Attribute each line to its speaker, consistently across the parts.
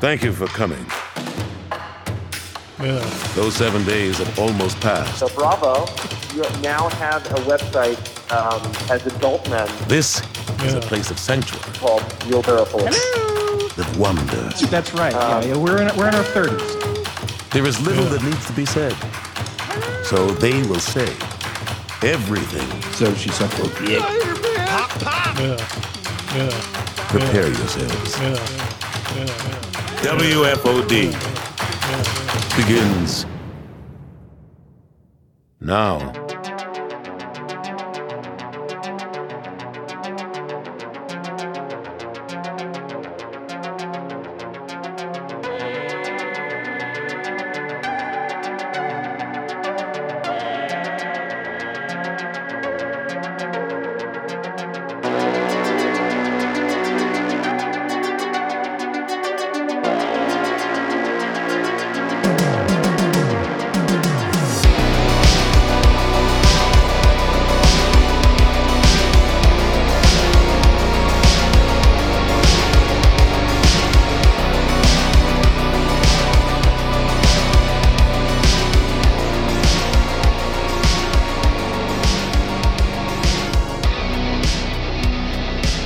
Speaker 1: Thank you for coming.
Speaker 2: Yeah.
Speaker 1: Those seven days have almost passed.
Speaker 3: So Bravo, you now have a website um, as adult men
Speaker 1: This is a
Speaker 2: Yeah.
Speaker 1: place of sanctuary,
Speaker 3: called You'll Verify.
Speaker 1: of wonder.
Speaker 4: That's right. yeah, yeah, we're in we're in our thirties.
Speaker 1: There is little
Speaker 2: Yeah.
Speaker 1: that needs to be said. So they will say everything.
Speaker 4: So she said, "Oh, yeah.
Speaker 2: Yeah. Yeah.
Speaker 1: Prepare yourselves.
Speaker 2: Yeah. Yeah.
Speaker 1: WFOD begins now.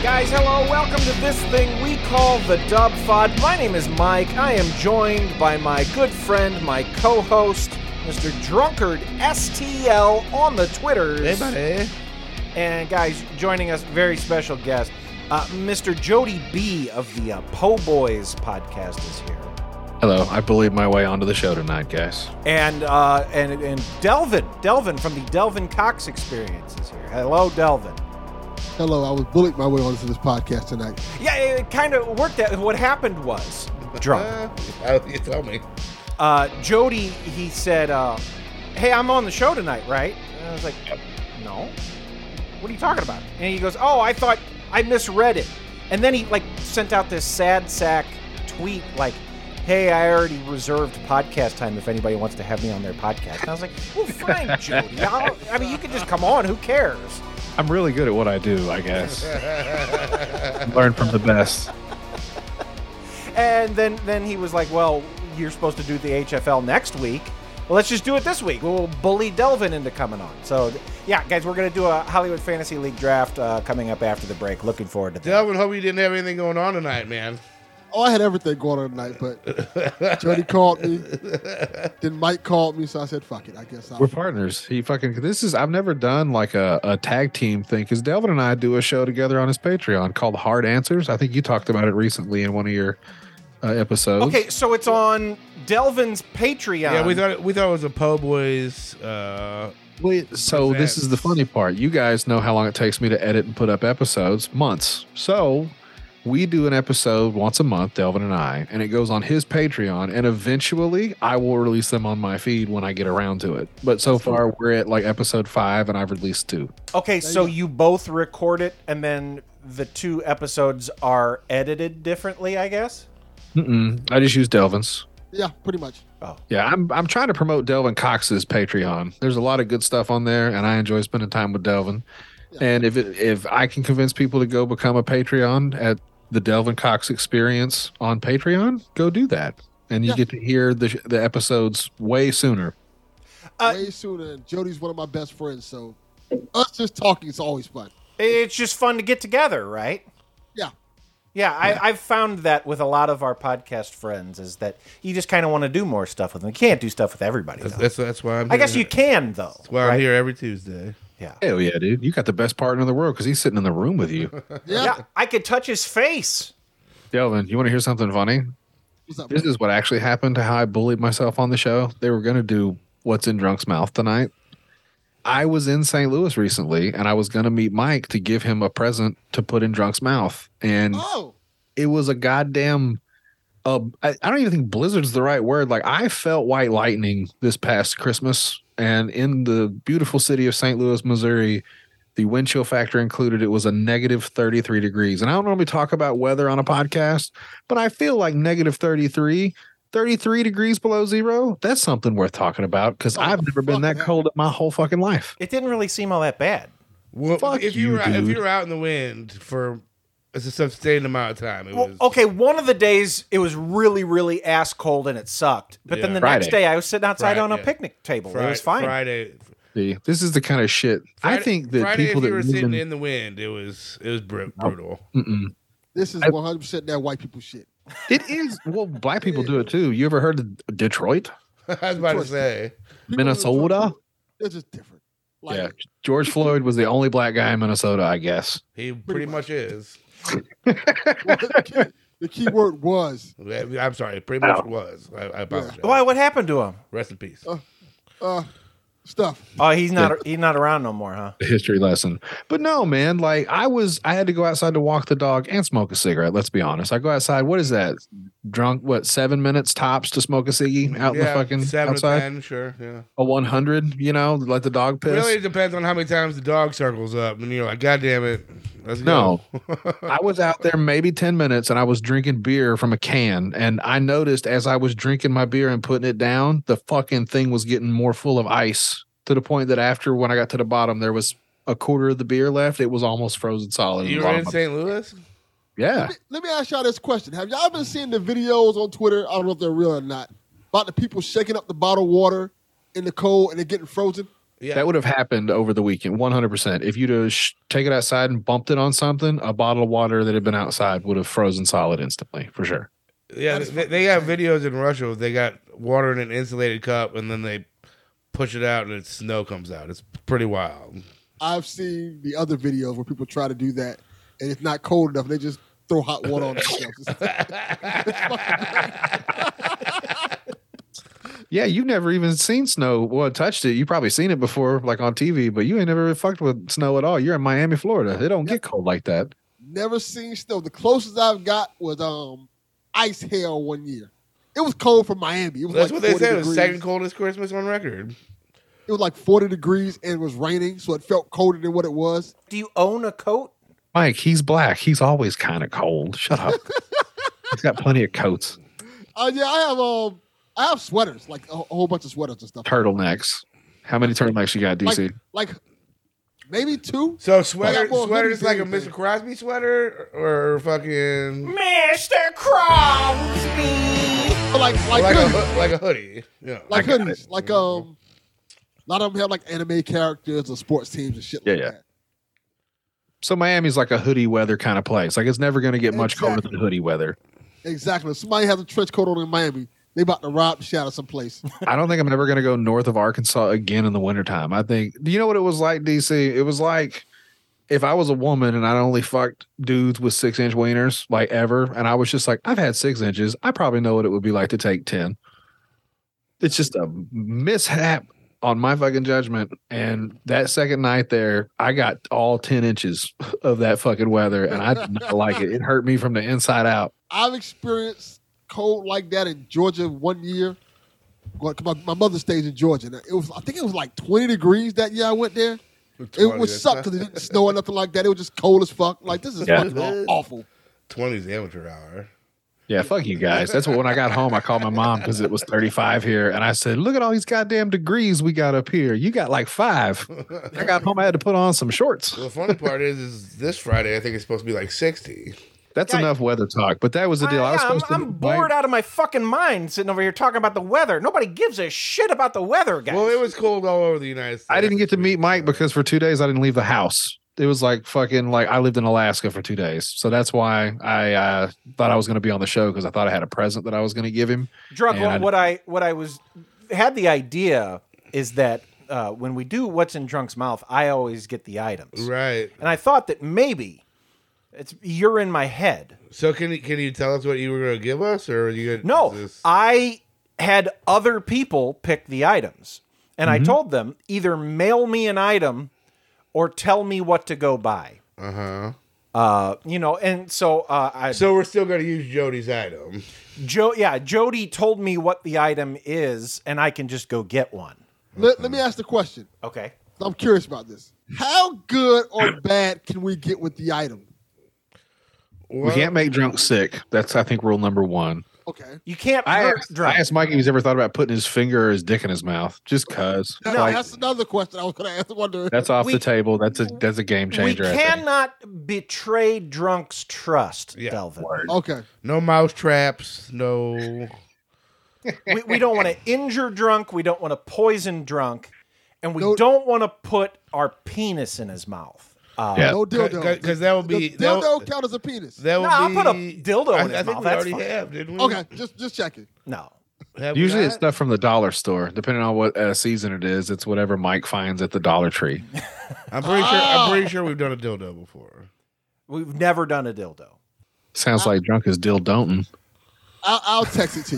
Speaker 5: Guys, hello. Welcome to this thing we call the Dub Fod. My name is Mike. I am joined by my good friend, my co host, Mr. Drunkard STL on the Twitters. And guys, joining us, very special guest, uh, Mr. Jody B of the uh, Po Boys podcast is here.
Speaker 6: Hello, I bullied my way onto the show tonight, guys.
Speaker 5: And, uh, and, and Delvin, Delvin from the Delvin Cox Experience is here. Hello, Delvin.
Speaker 7: Hello, I was bullied my way onto this podcast tonight.
Speaker 5: Yeah, it kind of worked out. What happened was, drunk.
Speaker 8: you tell me.
Speaker 5: uh, Jody, he said, uh, "Hey, I'm on the show tonight, right?" And I was like, "No, what are you talking about?" And he goes, "Oh, I thought I misread it." And then he like sent out this sad sack tweet, like, "Hey, I already reserved podcast time if anybody wants to have me on their podcast." And I was like, "Well, fine, Jody. I'll, I mean, you can just come on. Who cares?"
Speaker 6: I'm really good at what I do, I guess. Learn from the best.
Speaker 5: And then then he was like, "Well, you're supposed to do the HFL next week. Well, let's just do it this week. We'll bully Delvin into coming on." So, th- yeah, guys, we're gonna do a Hollywood Fantasy League draft uh, coming up after the break. Looking forward to that.
Speaker 8: Delvin, hope you didn't have anything going on tonight, man.
Speaker 7: Oh, I had everything going on tonight, but Jody called me. Then Mike called me, so I said, fuck it. I guess I'll.
Speaker 6: We're partners. He fucking. This is. I've never done like a, a tag team thing because Delvin and I do a show together on his Patreon called Hard Answers. I think you talked about it recently in one of your uh, episodes.
Speaker 5: Okay, so it's on Delvin's Patreon.
Speaker 8: Yeah, we thought we thought it was a Po Boys. Uh,
Speaker 6: Wait, so this is the funny part. You guys know how long it takes me to edit and put up episodes, months. So we do an episode once a month, Delvin and I, and it goes on his Patreon. And eventually I will release them on my feed when I get around to it. But so far we're at like episode five and I've released two.
Speaker 5: Okay, so you both record it, and then the two episodes are edited differently, I guess.
Speaker 6: Mm-mm, I just use Delvin's.
Speaker 7: yeah, pretty much.
Speaker 6: Yeah, I'm, I'm trying to promote Delvin Cox's Patreon. There's a lot of good stuff on there, and I enjoy spending time with Delvin. And if it, if I can convince people to go become a Patreon at the Delvin Cox Experience on Patreon, go do that, and you
Speaker 7: Yeah.
Speaker 6: get to hear the the episodes way sooner.
Speaker 5: Uh,
Speaker 7: Way sooner. And Jody's one of my best friends, so us just talking is always fun.
Speaker 5: It's just fun to get together, right?
Speaker 7: Yeah.
Speaker 5: Yeah, I, I've found that with a lot of our podcast friends is that you just kind of want to do more stuff with them. You can't do stuff with everybody.
Speaker 8: that's,
Speaker 5: Though.
Speaker 8: that's that's why I'm.
Speaker 5: I guess
Speaker 8: here.
Speaker 5: you can though.
Speaker 8: That's why I'm
Speaker 5: right?
Speaker 8: here every Tuesday.
Speaker 6: Hell yeah, dude! You got the best partner in the world because he's sitting in the room with you,
Speaker 7: Yeah.
Speaker 5: Yeah, I could touch his face.
Speaker 6: Delvin. You want to hear something funny?
Speaker 7: What's up,
Speaker 6: This
Speaker 7: man?
Speaker 6: is what actually happened to how I bullied myself on the show. They were going to do What's in Drunk's Mouth tonight. I was in St. Louis recently and I was going to meet Mike to give him a present to put in Drunk's Mouth. And
Speaker 7: Oh,
Speaker 6: it was a goddamn. Uh, I, I don't even think blizzard's the right word. Like I felt white lightning this past Christmas, and in the beautiful city of St. Louis, Missouri, the wind chill factor included, it was a negative 33 degrees. And I don't normally talk about weather on a podcast, but I feel like negative 33, 33 degrees below zero. That's something worth talking about because
Speaker 8: Oh,
Speaker 6: I've never been
Speaker 7: fuck
Speaker 6: that
Speaker 7: yeah.
Speaker 6: cold in my whole fucking life.
Speaker 5: It didn't really seem all that bad.
Speaker 8: Well,
Speaker 6: Fuck
Speaker 8: if
Speaker 6: you,
Speaker 8: were out- if
Speaker 6: dude.
Speaker 8: you were out in the wind for It's a sustained amount of time. It
Speaker 5: Well,
Speaker 8: was
Speaker 5: okay, one of the days it was really, really ass cold and it sucked. But then
Speaker 8: Yeah.
Speaker 5: the next
Speaker 6: Friday.
Speaker 5: day I was sitting outside
Speaker 8: Friday,
Speaker 5: on a
Speaker 8: yeah.
Speaker 5: picnic table.
Speaker 8: Fri-
Speaker 5: it was fine.
Speaker 8: Friday.
Speaker 6: See, this is the kind of shit I
Speaker 8: Friday-
Speaker 6: think that
Speaker 8: Friday,
Speaker 6: people
Speaker 8: if
Speaker 6: that
Speaker 8: you were
Speaker 6: live
Speaker 8: sitting
Speaker 6: in,
Speaker 8: in the wind, it was it was br- brutal.
Speaker 6: Mm-mm.
Speaker 7: This is
Speaker 6: I-
Speaker 7: 100% that white people shit.
Speaker 6: it is well, black people do it too. You ever heard of Detroit,
Speaker 8: I was about to say.
Speaker 7: People in Detroit,
Speaker 6: Minnesota?
Speaker 7: They're just different. Like,
Speaker 6: yeah, George Floyd was the only black guy in Minnesota, I guess.
Speaker 8: He pretty much is.
Speaker 7: the, key, the key word was.
Speaker 8: I'm sorry. Pretty much was. I, I apologize.
Speaker 5: Why? What happened to him?
Speaker 8: Rest in peace.
Speaker 7: Oh. Uh, stuff.
Speaker 5: Oh, he's not. He's not around no more, huh?
Speaker 6: a history lesson. But no, man, like I was, I had to go outside to walk the dog and smoke a cigarette. Let's be honest. I go outside. What is that? Drunk? What? Seven minutes tops to smoke a ciggy out in the fucking
Speaker 8: seven to
Speaker 6: outside.
Speaker 8: ten, sure. Yeah,
Speaker 6: A one hundred. You know, let the dog piss.
Speaker 8: really depends on how many times the dog circles up, and you're like, God damn it, let's
Speaker 6: No.
Speaker 8: go.
Speaker 6: I was out there maybe 10 minutes and I was drinking beer from a can. And I noticed as I was drinking my beer and putting it down, the fucking thing was getting more full of ice to the point that after when I got to the bottom, there was a quarter of the beer left. It was almost frozen solid. in the
Speaker 8: you were
Speaker 6: bottom
Speaker 8: in
Speaker 6: of-
Speaker 8: St. Louis.
Speaker 6: yeah.
Speaker 7: Let me ask y'all this question. Have y'all been seeing the videos on Twitter? I don't know if they're real or not. About the people shaking up the bottled water in the cold and it getting frozen.
Speaker 8: Yeah,
Speaker 6: That would have happened over the weekend, 100%. If you'd have sh- take it outside and bumped it on something, a bottle of water that had been outside would have frozen solid instantly, for sure.
Speaker 8: yeah. They, they have videos in Russia. Where they got water in an insulated cup, and then they push it out, and it's snow comes out. It's pretty wild.
Speaker 7: I've seen the other videos where people try to do that and it's not cold enough. They just throw hot water on themselves.
Speaker 6: Yeah, you've never even seen snow. Well, touched it. you probably seen it before, like on TV, but you ain't never fucked with snow at all. You're in Miami, Florida. It don't get cold like that.
Speaker 7: Never seen snow. The closest I've got was um ice hail one year. It was cold for Miami. It was
Speaker 8: That's what
Speaker 7: like
Speaker 8: they
Speaker 7: 40
Speaker 8: said. It was
Speaker 7: Degrees.
Speaker 8: the second coldest Christmas on record.
Speaker 7: It was like 40 degrees and it was raining, so it felt colder than what it was.
Speaker 5: Do you own a coat?
Speaker 6: Mike, he's black. He's always kind of cold. Shut up. he's got plenty of coats,
Speaker 7: Uh, yeah, I have um I have sweaters, like a, a whole bunch of sweaters and stuff.
Speaker 6: turtlenecks. How many turtlenecks you got,
Speaker 7: like,
Speaker 6: DC?
Speaker 7: like maybe two.
Speaker 8: So sweater,
Speaker 7: Yeah, well,
Speaker 8: sweater's like a
Speaker 7: hoodie
Speaker 8: Mr.
Speaker 7: thing.
Speaker 8: Crosby sweater, or fucking
Speaker 5: Mr. Crosby.
Speaker 7: But like
Speaker 6: Oh,
Speaker 7: like
Speaker 8: like a
Speaker 7: hoodies.
Speaker 8: hoo- like a hoodie. Yeah.
Speaker 7: like hoodies. Like um a lot of them have like anime characters or sports teams and shit
Speaker 6: Yeah,
Speaker 7: like
Speaker 6: yeah.
Speaker 7: that.
Speaker 6: So Miami's like a hoodie weather kind of place. Like it's never going to get much colder
Speaker 7: Exactly.
Speaker 6: than hoodie weather.
Speaker 7: Exactly. If somebody has a trench coat on in Miami, they about to rob the shit out of someplace.
Speaker 6: I don't think I'm ever going to go north of Arkansas again in the wintertime. I think, do you know what it was like, DC? It was like if I was a woman and I only fucked dudes with six inch wieners, like ever, and I was just like, I've had six inches. I probably know what it would be like to take 10. It's just a mishap on my fucking judgment. And that second night there, I got all 10 inches of that fucking weather and I did not like it. It hurt me from the inside out.
Speaker 7: I've experienced cold like that in Georgia one year. Well, 'cause My, my mother stays in Georgia. and It was I think it was like 20 degrees that year I went there. It would suck because it didn't snow or nothing like that. It was just cold as fuck. Like this is
Speaker 6: Yeah.
Speaker 7: fucking aw- awful.
Speaker 8: Twenties amateur hour.
Speaker 6: Yeah, fuck you guys. That's what when I got home, I called my mom because it was 35 here. And I said, Look at all these goddamn degrees we got up here. You got like five. I got home, I had to put on some shorts.
Speaker 8: The funny part is, is this Friday I think it's supposed to be like sixty.
Speaker 6: That's
Speaker 5: Yeah.
Speaker 6: enough weather talk. But that was the deal. I, was
Speaker 5: am
Speaker 6: supposed to.
Speaker 5: bored out of my fucking mind sitting over here talking about the weather. Nobody gives a shit about the weather, guys.
Speaker 8: Well, it was cold all over the United States.
Speaker 6: I didn't get to meet Mike because for two days I didn't leave the house. It was like fucking like I lived in Alaska for two days. So that's why I uh, thought I was going to be on the show because I thought I had a present that I was going to give him.
Speaker 5: Drunk.
Speaker 6: And
Speaker 5: What, what
Speaker 6: I-
Speaker 5: I what I was had the idea is that uh, when we do what's in Drunk's mouth, I always get the items,
Speaker 8: Right.
Speaker 5: and I thought that maybe it's you're in my head.
Speaker 8: So can you can you tell us what you were going to give us, or are you gonna,
Speaker 5: No,
Speaker 8: is this-
Speaker 5: I had other people pick the items, and I told them either mail me an item or tell me what to go buy.
Speaker 8: Uh-huh.
Speaker 5: Uh huh. Uh, you know, and so uh, I
Speaker 8: so we're still going to use Jody's item.
Speaker 5: Joe, yeah, Jody told me what the item is, and I can just go get one.
Speaker 7: Let, let me ask the question.
Speaker 5: Okay.
Speaker 7: I'm curious about this. How good or bad can we get with the item?
Speaker 6: We can't make drunk sick. That's I think rule number one.
Speaker 7: Okay.
Speaker 5: You can't
Speaker 6: I
Speaker 5: hurt
Speaker 6: asked,
Speaker 5: drunk.
Speaker 6: I asked Mike if he's ever thought about putting his finger or his dick in his mouth, just cause.
Speaker 7: That-
Speaker 6: Like,
Speaker 7: that's another question I was going to ask. Wonder.
Speaker 6: that's off
Speaker 5: we-
Speaker 6: the table. That's a that's a game
Speaker 5: we
Speaker 6: changer. I think.
Speaker 5: cannot betray drunks' trust,
Speaker 8: Yeah.
Speaker 5: Delvin.
Speaker 7: Okay.
Speaker 8: No mouse traps. No.
Speaker 5: we, we don't want to injure drunk. We don't want to poison drunk, and we
Speaker 7: No-
Speaker 5: don't want to put our penis in his mouth. Uh,
Speaker 6: Yeah.
Speaker 7: No dildo.
Speaker 8: Because that would be
Speaker 7: Does
Speaker 8: that would-
Speaker 7: dildo count as a penis?
Speaker 8: That would
Speaker 5: No, I'll
Speaker 8: be.
Speaker 5: put a dildo in his
Speaker 8: I, I think
Speaker 5: mouth.
Speaker 8: we
Speaker 5: That's
Speaker 8: already
Speaker 5: fine.
Speaker 8: have, didn't we?
Speaker 7: Okay. Just just checking.
Speaker 5: No,
Speaker 8: Have we
Speaker 6: Usually
Speaker 8: not?
Speaker 6: it's stuff from the dollar store, depending on what uh, season it is. It's whatever Mike finds at the Dollar Tree.
Speaker 8: I'm pretty sure. I'm
Speaker 7: Oh.
Speaker 8: pretty sure we've done a dildo before.
Speaker 5: we've never done a dildo.
Speaker 6: Sounds like drunk as Dill Don'ton.
Speaker 7: I'll, I'll text it to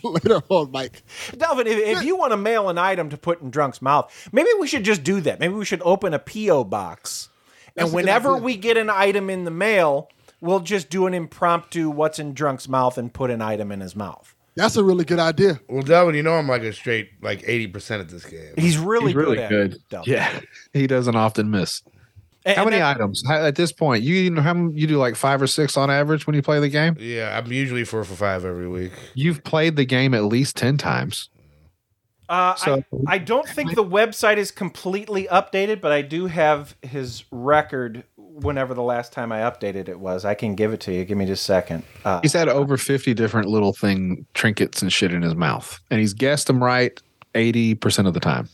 Speaker 7: you later on, Mike.
Speaker 5: Delvin, if, if you want to mail an item to put in drunk's mouth, maybe we should just do that. Maybe we should open a PO box,
Speaker 7: That's
Speaker 5: and
Speaker 7: a good
Speaker 5: whenever
Speaker 7: idea.
Speaker 5: we get an item in the mail, we'll just do an impromptu "What's in drunk's mouth" and put an item in his mouth.
Speaker 7: That's a really good idea.
Speaker 8: Well, Delvin, you know I'm like a straight like 80 percent at this game.
Speaker 5: He's really
Speaker 6: He's really
Speaker 5: good. at
Speaker 6: good.
Speaker 5: it, Delvin.
Speaker 6: Yeah, he doesn't often miss.
Speaker 5: And-
Speaker 6: How
Speaker 5: and
Speaker 6: many
Speaker 5: that-
Speaker 6: items how, at this point? You you know how many- you do like five or six on average when you play the game.
Speaker 8: Yeah, I'm usually four for five every week.
Speaker 6: You've played the game at least ten times.
Speaker 5: Uh,
Speaker 6: So-
Speaker 5: I, I don't think the website is completely updated, but I do have his record. Whenever the last time I updated it was, I can give it to you. Give me just a second. Uh,
Speaker 6: He's had over fifty different little thing trinkets and shit in his mouth, and he's guessed them right eighty percent of the time.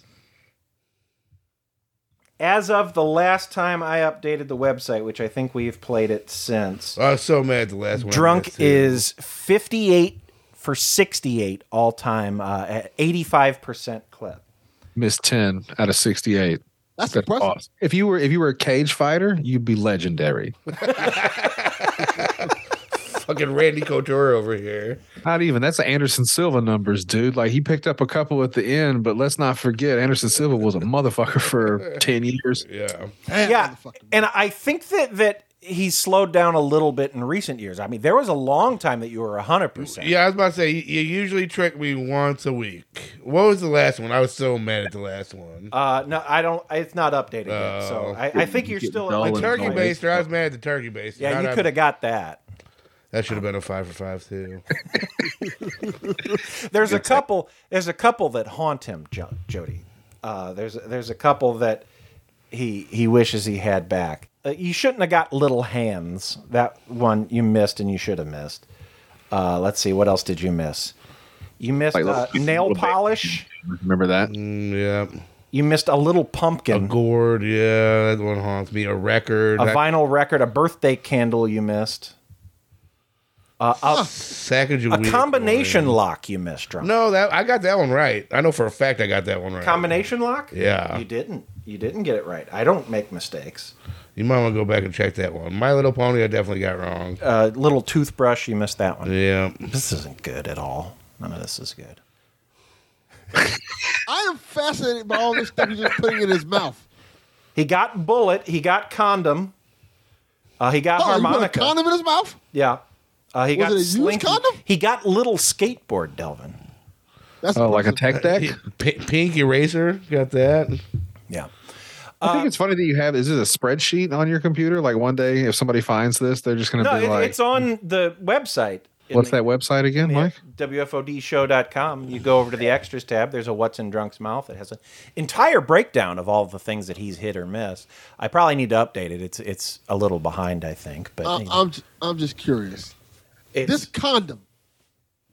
Speaker 5: as of the last time I updated the website, which I think we've played it since,
Speaker 8: I was Oh, so mad at the last one. I missed,
Speaker 5: drunk
Speaker 8: too.
Speaker 5: is fifty-eight for sixty-eight all time uh, at eighty-five percent clip.
Speaker 6: Missed ten out of sixty-eight.
Speaker 7: That's,
Speaker 6: That's
Speaker 7: impressive.
Speaker 6: awesome. If you were if you were a cage fighter, you'd be legendary.
Speaker 8: fucking Randy Couture over here.
Speaker 6: Not even that's the Anderson Silva numbers, dude. Like he picked up a couple at the end, but let's not forget Anderson Silva was a motherfucker for ten years.
Speaker 8: Yeah,
Speaker 7: Damn,
Speaker 5: yeah,
Speaker 7: motherfucker.
Speaker 5: and I think that that he's slowed down a little bit in recent years. I mean, there was a long time that you were hundred percent.
Speaker 8: yeah. I was about to say you, you usually trick me once a week. What was the last one? I was so mad at the last one.
Speaker 5: Uh, no, I don't. It's not updated yet, so
Speaker 8: Oh.
Speaker 5: I, I think you're still.
Speaker 6: dull
Speaker 5: At
Speaker 6: and
Speaker 5: like,
Speaker 8: turkey
Speaker 6: annoying.
Speaker 8: baster. I was mad at the turkey baster.
Speaker 5: yeah,
Speaker 8: Not
Speaker 5: you
Speaker 8: at-
Speaker 5: could have got that.
Speaker 8: That should have been a five for five too.
Speaker 5: There's a couple. There's a couple that haunt him, jo- Jody. Uh, there's there's a couple that he he wishes he had back. Uh, you shouldn't have got little hands. That one you missed, and you should have missed. Uh, let's see, what else did you miss? You missed
Speaker 6: Like
Speaker 5: uh,
Speaker 6: little-
Speaker 5: nail
Speaker 6: little bit.
Speaker 5: polish.
Speaker 6: Remember that?
Speaker 8: Mm, yeah,
Speaker 5: You missed a little
Speaker 8: a
Speaker 5: pumpkin,
Speaker 8: gourd. Yeah, that one haunts me. A record.
Speaker 5: a
Speaker 8: that
Speaker 5: vinyl record, a birthday candle. You missed. Uh, a,
Speaker 8: sackage of
Speaker 5: a
Speaker 8: weed
Speaker 5: combination
Speaker 8: coin.
Speaker 5: lock you missed, Drunk.
Speaker 8: No, that I got that one right. I know for a fact I got that one right.
Speaker 5: combination lock.
Speaker 8: Yeah.
Speaker 5: you didn't. You didn't get it right. I don't make mistakes.
Speaker 8: You might want to go back and check that one. My Little Pony, I definitely got wrong.
Speaker 5: Uh, little toothbrush. You missed that one.
Speaker 8: Yeah.
Speaker 5: This isn't good at all. None of this is good.
Speaker 7: I am fascinated by all this stuff he's just putting in his mouth.
Speaker 5: He got bullet. He got condom. Uh, he got
Speaker 7: Oh, he put a
Speaker 5: harmonica.
Speaker 7: condom in his mouth?
Speaker 5: yeah. Uh, he
Speaker 7: Was
Speaker 5: got
Speaker 7: it a used
Speaker 5: slinky.
Speaker 7: condom?
Speaker 5: He got little skateboard, Delvin.
Speaker 7: That's
Speaker 6: Oh, like a
Speaker 7: impressive.
Speaker 6: tech deck.
Speaker 8: P- Pink Eraser, got that.
Speaker 5: Yeah.
Speaker 6: I think it's funny that you have. Is it a spreadsheet on your computer? Like one day, if somebody finds this, they're just going to
Speaker 5: No,
Speaker 6: be
Speaker 5: it,
Speaker 6: like,
Speaker 5: it's on the website. In
Speaker 6: "What's
Speaker 5: the-
Speaker 6: that website again, Mike?"
Speaker 5: WFODshow.com. You go over to the extras tab. There's a What's in Drunk's Mouth. It has an entire breakdown of all the things that he's hit or missed. I probably need to update it. It's it's a little behind, I think. But
Speaker 7: I'm,
Speaker 5: you know,
Speaker 7: I'm, ju- I'm just curious.
Speaker 5: it's-
Speaker 7: Uh, um, This condom,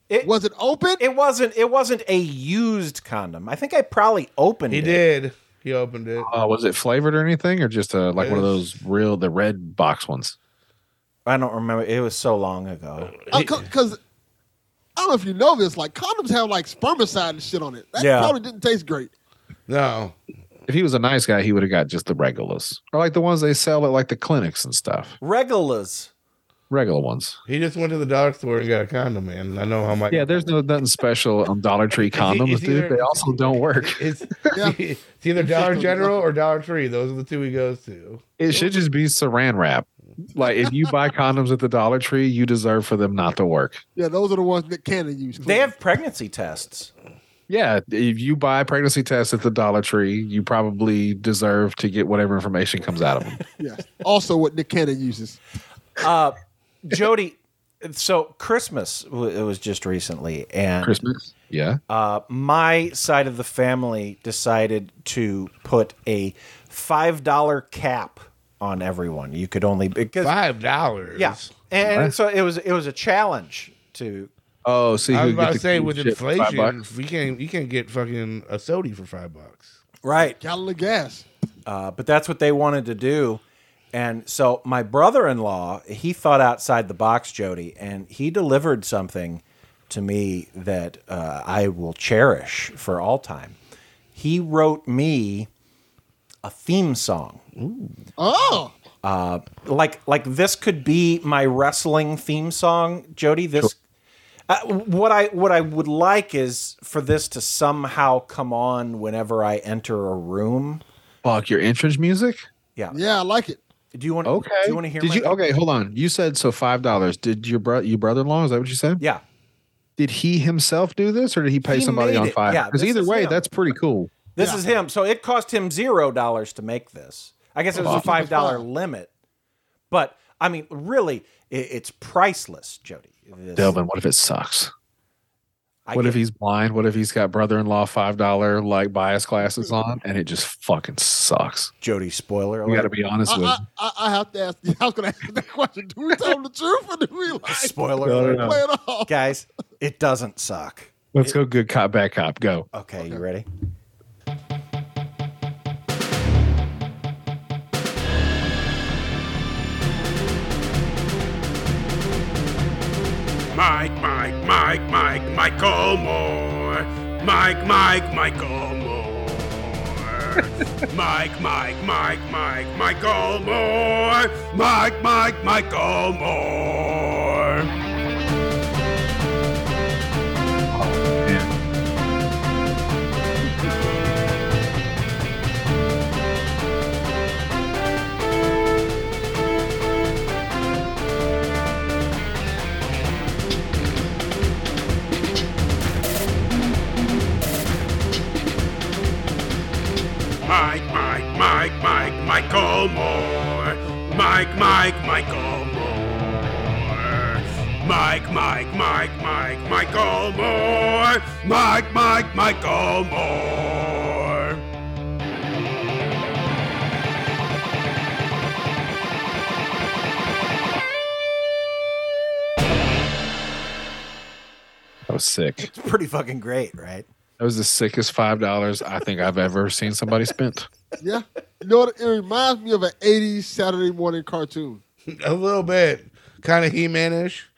Speaker 5: it,
Speaker 7: was it open?
Speaker 5: it wasn't it wasn't a used condom. I think I probably opened
Speaker 8: He
Speaker 5: it.
Speaker 8: did. He opened it.
Speaker 6: Uh, was it flavored or anything, or just uh, like one of
Speaker 8: It
Speaker 6: those real the red box ones?
Speaker 5: I don't remember. It was so long ago.
Speaker 7: Because Oh, I don't know if you know this, like condoms have like spermicide and shit on it. That
Speaker 5: Yeah.
Speaker 7: probably didn't taste great.
Speaker 8: No.
Speaker 6: If he was a nice guy, he would have got just the regulars, or like the ones they sell at like the clinics and stuff,
Speaker 5: Regulars.
Speaker 6: regular ones.
Speaker 8: He just went to the dollar store and got a condom, man. I know how much.
Speaker 6: Yeah, there's no nothing special on Dollar Tree condoms,
Speaker 8: it's
Speaker 6: dude.
Speaker 8: either-
Speaker 6: They also don't work.
Speaker 8: It's,
Speaker 7: Yeah.
Speaker 8: it's either Dollar General or Dollar Tree. Those are the two he goes to.
Speaker 6: It should just be Saran wrap. Like if you buy condoms at the Dollar Tree, you deserve for them not to work.
Speaker 7: Yeah, those are the ones that Cannon used.
Speaker 5: They have pregnancy tests.
Speaker 6: Yeah, if you buy pregnancy tests at the Dollar Tree, you probably deserve to get whatever information comes out of them.
Speaker 7: Yes. Also, what Nick Cannon uses.
Speaker 5: Jody, so Christmas w- it was just recently, and
Speaker 6: Christmas. Yeah.
Speaker 5: uh, my side of the family decided to put a five dollar cap on everyone. You could only because
Speaker 8: Five dollars.
Speaker 5: yeah, and so it was it was a challenge to
Speaker 6: Oh, see,
Speaker 8: I was
Speaker 6: who get
Speaker 8: about
Speaker 6: the
Speaker 8: to say
Speaker 6: cool
Speaker 8: with
Speaker 6: shit for five
Speaker 8: inflation,
Speaker 6: bucks.
Speaker 8: you can't you can't get fucking a sody for five bucks.
Speaker 5: right.
Speaker 7: Gallon of gas.
Speaker 5: Uh, but that's what they wanted to do. And so my brother in law, he thought outside the box, Jody, and he delivered something to me that uh, I will cherish for all time. He wrote me a theme song.
Speaker 7: Oh,
Speaker 5: Like like this could be my wrestling theme song, Jody. This uh, what I what I would like is for this to somehow come on whenever I enter a room.
Speaker 6: Fuck your entrance music.
Speaker 5: Yeah.
Speaker 7: yeah, I like it.
Speaker 5: Do you want?
Speaker 6: Okay.
Speaker 5: Do you want to hear?
Speaker 6: Did
Speaker 5: my-
Speaker 6: you? Okay, hold on. You said so five dollars. Did your brother, your brother-in-law? Is that what you said?
Speaker 5: Yeah.
Speaker 6: Did he himself do this, or did he pay
Speaker 5: He
Speaker 6: somebody
Speaker 5: made
Speaker 6: on
Speaker 5: it.
Speaker 6: five?
Speaker 5: Yeah,
Speaker 6: Because
Speaker 5: this
Speaker 6: either
Speaker 5: is
Speaker 6: way,
Speaker 5: him.
Speaker 6: that's pretty cool.
Speaker 5: This
Speaker 7: Yeah.
Speaker 5: is him. So it cost him zero dollars to make this. I guess it was a five dollar
Speaker 7: fine.
Speaker 5: limit, but I mean, really, it, it's priceless, Jody. This-
Speaker 6: Delvin, what if it sucks?
Speaker 5: I
Speaker 6: What if
Speaker 5: get-
Speaker 6: he's blind? What if he's got brother-in-law five dollar like bias glasses on, and it just fucking sucks?
Speaker 5: Jody spoiler
Speaker 6: We got to
Speaker 5: alert?
Speaker 6: be honest
Speaker 7: I,
Speaker 6: with.
Speaker 5: Uh-uh.
Speaker 7: I,
Speaker 6: him.
Speaker 7: I, I have to ask. I was going to ask that question. Do we tell them the truth or do we like
Speaker 5: Spoiler
Speaker 6: No, no,
Speaker 5: alert,
Speaker 6: no.
Speaker 7: play it off?
Speaker 5: guys. It doesn't suck.
Speaker 6: Let's go, good cop, bad cop. Go.
Speaker 5: Okay, you ready?
Speaker 9: Mike, Mike, Mike, Mike, Michael Moore. Mike, Mike, Michael Moore. Mike, Mike, Mike, Mike, Michael Moore. Mike, Mike, Michael Moore. Mike, Mike, Mike, Mike, Michael Moore. Mike, Mike, Michael Moore. Mike, Mike, Mike, Mike, Michael Moore. Mike, Mike, Michael Moore.
Speaker 6: That was sick.
Speaker 5: It's pretty fucking great, right?
Speaker 6: That was the sickest five dollars I think I've ever seen somebody spent.
Speaker 7: Yeah. You know what? It reminds me of an 80s Saturday morning cartoon.
Speaker 8: A little bit, kind of He Man ish.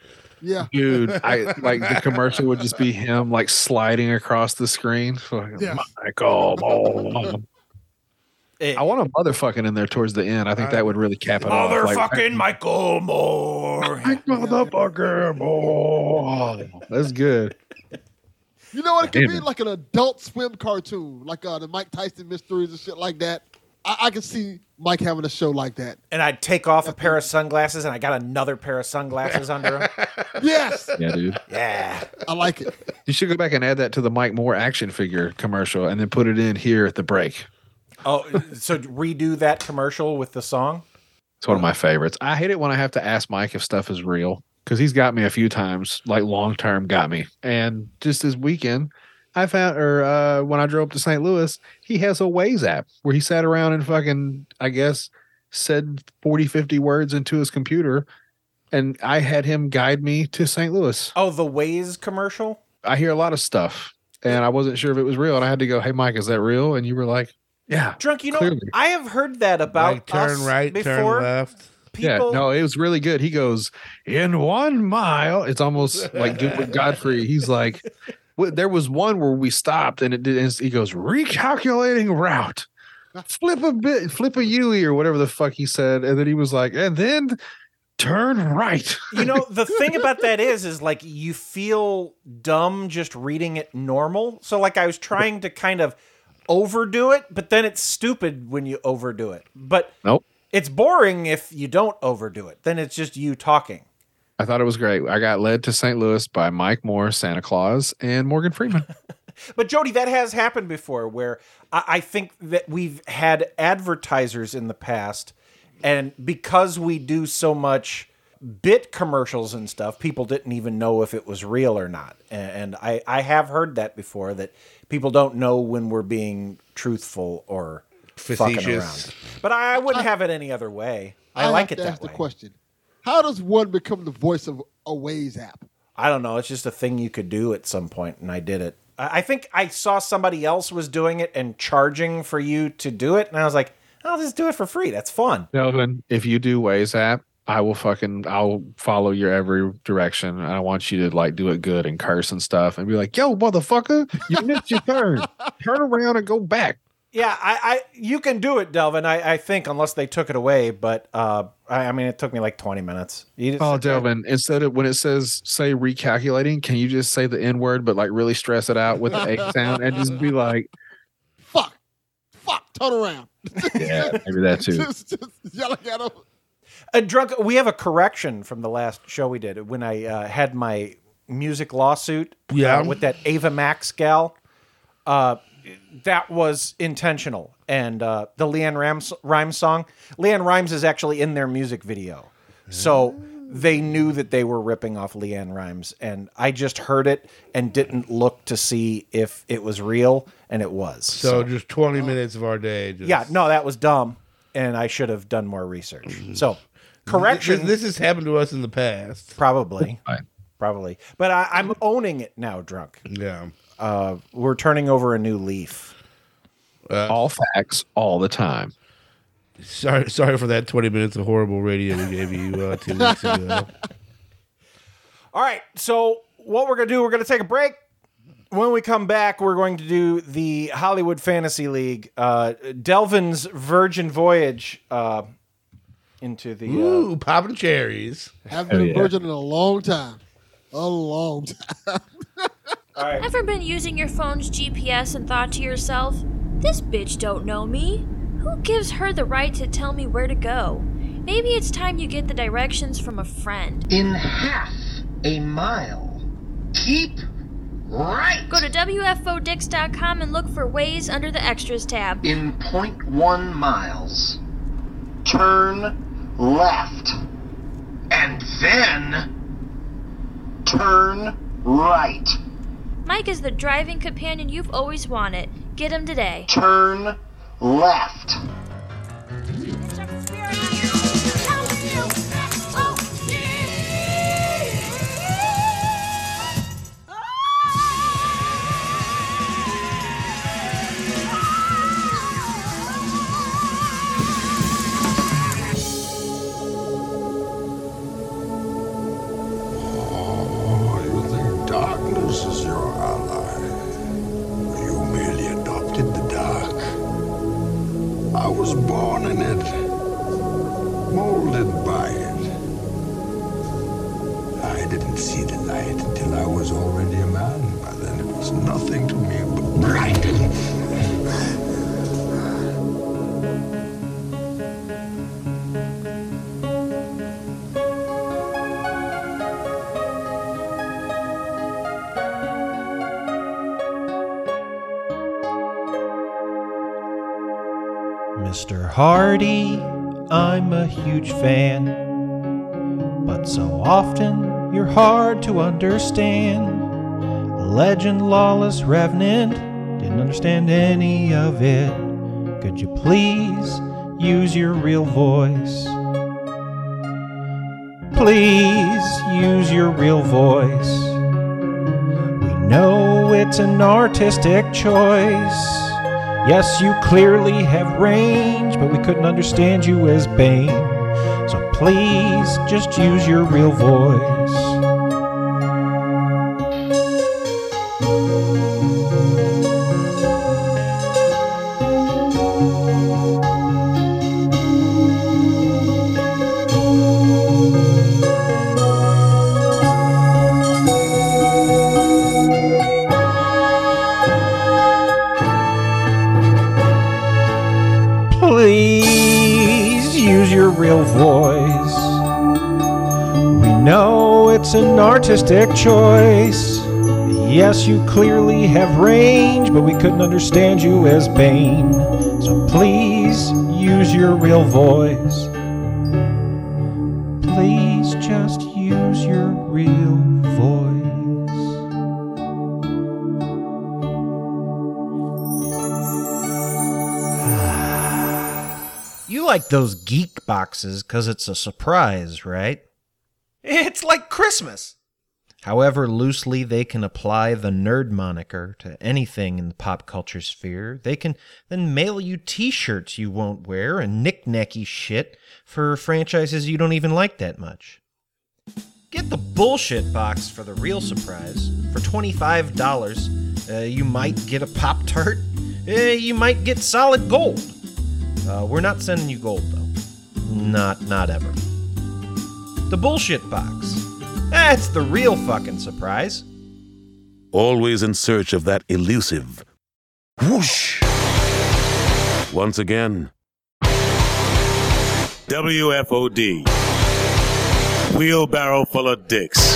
Speaker 7: Yeah.
Speaker 6: Dude, I like the commercial would just be him like sliding across the screen. Fucking
Speaker 7: Yeah.
Speaker 6: Michael Moore.
Speaker 5: It-
Speaker 6: I want a motherfucking in there towards the end. I think that would really cap it off. Like,
Speaker 9: Motherfucking Michael Moore.
Speaker 6: motherfucker Moore. That's good.
Speaker 7: You know what? It could
Speaker 6: Damn
Speaker 7: be
Speaker 6: it.
Speaker 7: like an adult swim cartoon, like uh, the Mike Tyson mysteries and shit like that. I, I can see Mike having a show like that.
Speaker 5: and I'd take off a pair of sunglasses, and I got another pair of sunglasses under him.
Speaker 7: Yes.
Speaker 6: Yeah, dude.
Speaker 5: Yeah,
Speaker 7: I like it.
Speaker 6: You should go back and add that to the Mike Moore action figure commercial and then put it in here at the break.
Speaker 5: Oh, so redo that commercial with the song?
Speaker 6: It's one of my favorites. I hate it when I have to ask Mike if stuff is real because he's got me a few times, like long term got me. And just this weekend, I found, or uh, when I drove up to St. Louis, he has a Waze app where he sat around and fucking, I guess, said 40, 50 words into his computer. And I had him guide me to St. Louis.
Speaker 5: Oh, the Waze commercial?
Speaker 6: I hear a lot of stuff and I wasn't sure if it was real. And I had to go, hey, Mike, is that real? And you were like, yeah.
Speaker 5: Drunk, you know,
Speaker 6: Clearly.
Speaker 5: I have heard that about
Speaker 8: Like turn
Speaker 5: us
Speaker 8: right,
Speaker 5: before.
Speaker 8: turn left.
Speaker 5: People,
Speaker 6: Yeah, no, it was really good. He goes in one mile. It's almost like good with Godfrey. He's like, well, there was one where we stopped and it did. And he goes recalculating route, flip a bit, flip a Yui or whatever the fuck he said, and then he was like, and then turn right.
Speaker 5: you know the thing about that is is like you feel dumb just reading it normal so like i was trying to kind of overdo it but then it's stupid when you overdo it but
Speaker 6: Nope.
Speaker 5: it's boring if you don't overdo it then it's just you talking
Speaker 6: I thought it was great. I got led to St. Louis by Mike Moore, Santa Claus, and Morgan Freeman.
Speaker 5: but jody that has happened before where I, I think that we've had advertisers in the past and because we do so much bit commercials and stuff, people didn't even know if it was real or not. And, and I, I have heard that before that people don't know when we're being truthful or fucking
Speaker 8: Facetious.
Speaker 5: around. But I, I wouldn't have it any other way. I,
Speaker 7: have
Speaker 5: like it
Speaker 7: to
Speaker 5: that
Speaker 7: ask
Speaker 5: way.
Speaker 7: the question: How does one become the voice of a Waze app?
Speaker 5: I don't know. It's just a thing you could do at some point, and I did it. I I think I saw somebody else was doing it and charging for you to do it, and I was like, I'll just do it for free. That's fun.
Speaker 6: Delvin, if you do Waze app, I will fucking I'll follow your every direction. I want you to like do it good and curse and stuff and be like, yo, motherfucker, you missed your turn. Turn around and go back.
Speaker 5: Yeah, I, I you can do it, Delvin. I, I think unless they took it away, but uh, I, I mean, it took me like twenty minutes. You just-
Speaker 6: Oh, Delvin, instead of when it says say recalculating, can you just say the N word but like really stress it out with the A sound and just be like,
Speaker 7: Fuck, fuck, turn around.
Speaker 6: yeah, maybe that too.
Speaker 7: just, just yelling at them.
Speaker 5: a drunk. We have a correction from the last show we did when I uh, had my music lawsuit. uh,
Speaker 8: Yeah.
Speaker 5: with that Ava Max gal. Uh, that was intentional, and uh, the Leanne Rams, Rhymes song. Leanne Rhymes is actually in their music video, so they knew that they were ripping off Leanne Rhymes. And I just heard it and didn't look to see if it was real, and it was.
Speaker 8: So just 20 minutes of our day. Just,
Speaker 5: Oh. yeah, no, that was dumb, and I should have done more research. So correction.
Speaker 8: Correction. Mm-hmm. This, has happened to us in the past.
Speaker 5: Probably. Probably. But I, I'm owning it now, drunk.
Speaker 8: Yeah.
Speaker 5: Uh, we're turning over a new leaf.
Speaker 6: All facts all the time.
Speaker 8: Sorry, sorry for that 20 minutes of horrible radio we gave you uh, two weeks ago.
Speaker 5: All right. So, what we're going to do, we're going to take a break. When we come back, we're going to do the Hollywood Fantasy League, uh, Delvin's Virgin Voyage uh, into the. Uh,
Speaker 8: Ooh, popping cherries.
Speaker 7: Haven't been a virgin in a long time. A long time.
Speaker 10: Ever been using your phone's GPS and thought to yourself, this bitch don't know me? Who gives her the right to tell me where to go? Maybe it's time you get the directions from a friend.
Speaker 11: In half a mile, keep right.
Speaker 10: Go to WFODix.com and look for Ways under the Extras tab.
Speaker 11: In 0.1 miles, turn left. And then turn right.
Speaker 10: Mike is the driving companion you've always wanted. Get him today.
Speaker 11: Turn left.
Speaker 9: You think darkness is your ally. You merely adopted the dark. I was born in it, molded by it. I didn't see the light until I was already a man. By then it was nothing to me but bright.
Speaker 12: Mr. Hardy, I'm a huge fan. But so often you're hard to understand. Legend Lawless Revenant didn't understand any of it. Could you please use your real voice? Please use your real voice. We know it's an artistic choice. Yes, you clearly have range, but we couldn't understand you as Bane. So please just use your real voice. Please use your real voice. We know it's an artistic choice. Yes, you clearly have range, but we couldn't understand you as Bane. So please use your real voice. Please just.
Speaker 13: You like those geek boxes because it's a surprise, right?
Speaker 5: It's like Christmas.
Speaker 13: However loosely they can apply the nerd moniker to anything in the pop culture sphere, they can then mail you t shirts you won't wear and knick-knacky shit for franchises you don't even like that much. Get the bullshit box for the real surprise. For $25, uh, you might get a Pop Tart. Uh, you might get solid gold. Uh, we're not sending you gold, though. Not, not ever. The bullshit box. That's the real fucking surprise.
Speaker 1: always in search of that elusive. Whoosh! Once again.
Speaker 14: WFOD. Wheelbarrow full of dicks.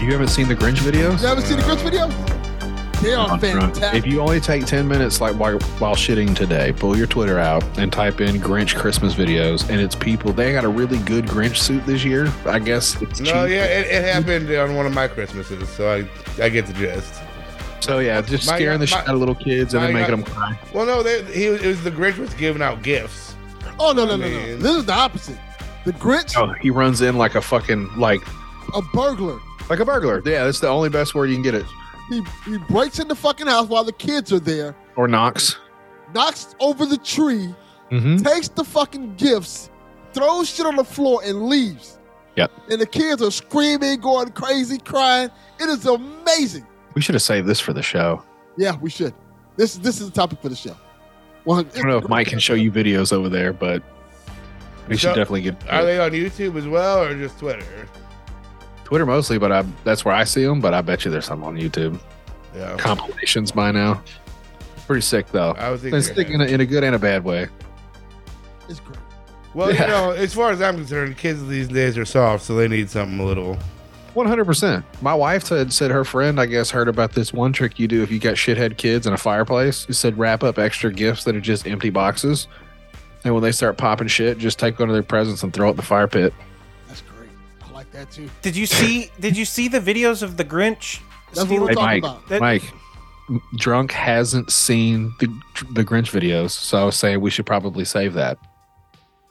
Speaker 6: You haven't seen the Grinch videos?
Speaker 7: You haven't seen the Grinch video? They are
Speaker 6: If
Speaker 7: fantastic.
Speaker 6: you only take 10 minutes like while, while shitting today, pull your Twitter out and type in Grinch Christmas videos and it's people they got a really good Grinch suit this year. I guess it's cheap.
Speaker 8: No, yeah, it, it happened on one of my Christmases, so I I get the gist.
Speaker 6: So yeah, just
Speaker 8: My-
Speaker 6: scaring the shit
Speaker 8: my-
Speaker 6: out of little kids and then
Speaker 8: my-
Speaker 6: making them cry.
Speaker 8: Well, no, they, he was, it was the Grinch was giving out gifts.
Speaker 7: Oh no no no no! This is the opposite. The Grinch,
Speaker 6: Oh, he runs in like a fucking like
Speaker 7: a burglar.
Speaker 6: like a burglar. Yeah, that's the only best word you can get it.
Speaker 7: He he breaks in the fucking house while the kids are there,
Speaker 6: Or Knox.
Speaker 7: knocks over the tree,
Speaker 6: Mm-hmm.
Speaker 7: takes the fucking gifts, throws shit on the floor, and leaves.
Speaker 6: Yep.
Speaker 7: And the kids are screaming, going crazy, crying. It is amazing.
Speaker 6: We should have saved this for the show.
Speaker 7: Yeah, we should. This this is the topic for the show. One,
Speaker 6: I don't know if Mike can show you videos over there, but we should
Speaker 8: So,
Speaker 6: definitely get
Speaker 8: Are they on YouTube as well, or just Twitter?
Speaker 6: Twitter mostly, but I, that's where I see them. But I bet you there's some on YouTube.
Speaker 8: Yeah.
Speaker 6: Compilations by now. Pretty sick though. I
Speaker 8: was thinking
Speaker 6: it's sick in a, in a good and a bad way.
Speaker 8: Well,
Speaker 6: Yeah.
Speaker 8: you know, as far as I'm concerned, kids these days are soft, so they need something a little.
Speaker 6: One hundred percent. My wife said said her friend, I guess, heard about this one trick you do if you got shithead kids in a fireplace. It said wrap up extra gifts that are just empty boxes, and when they start popping shit, just take one of their presents and throw it in the fire pit.
Speaker 7: I like that too.
Speaker 5: Did you see? did you see the videos of the Grinch?
Speaker 7: That's
Speaker 5: stealing-
Speaker 7: what
Speaker 6: Hey, Mike,
Speaker 5: That-
Speaker 6: Mike, m- drunk hasn't seen the the Grinch videos, so I was saying we should probably save that.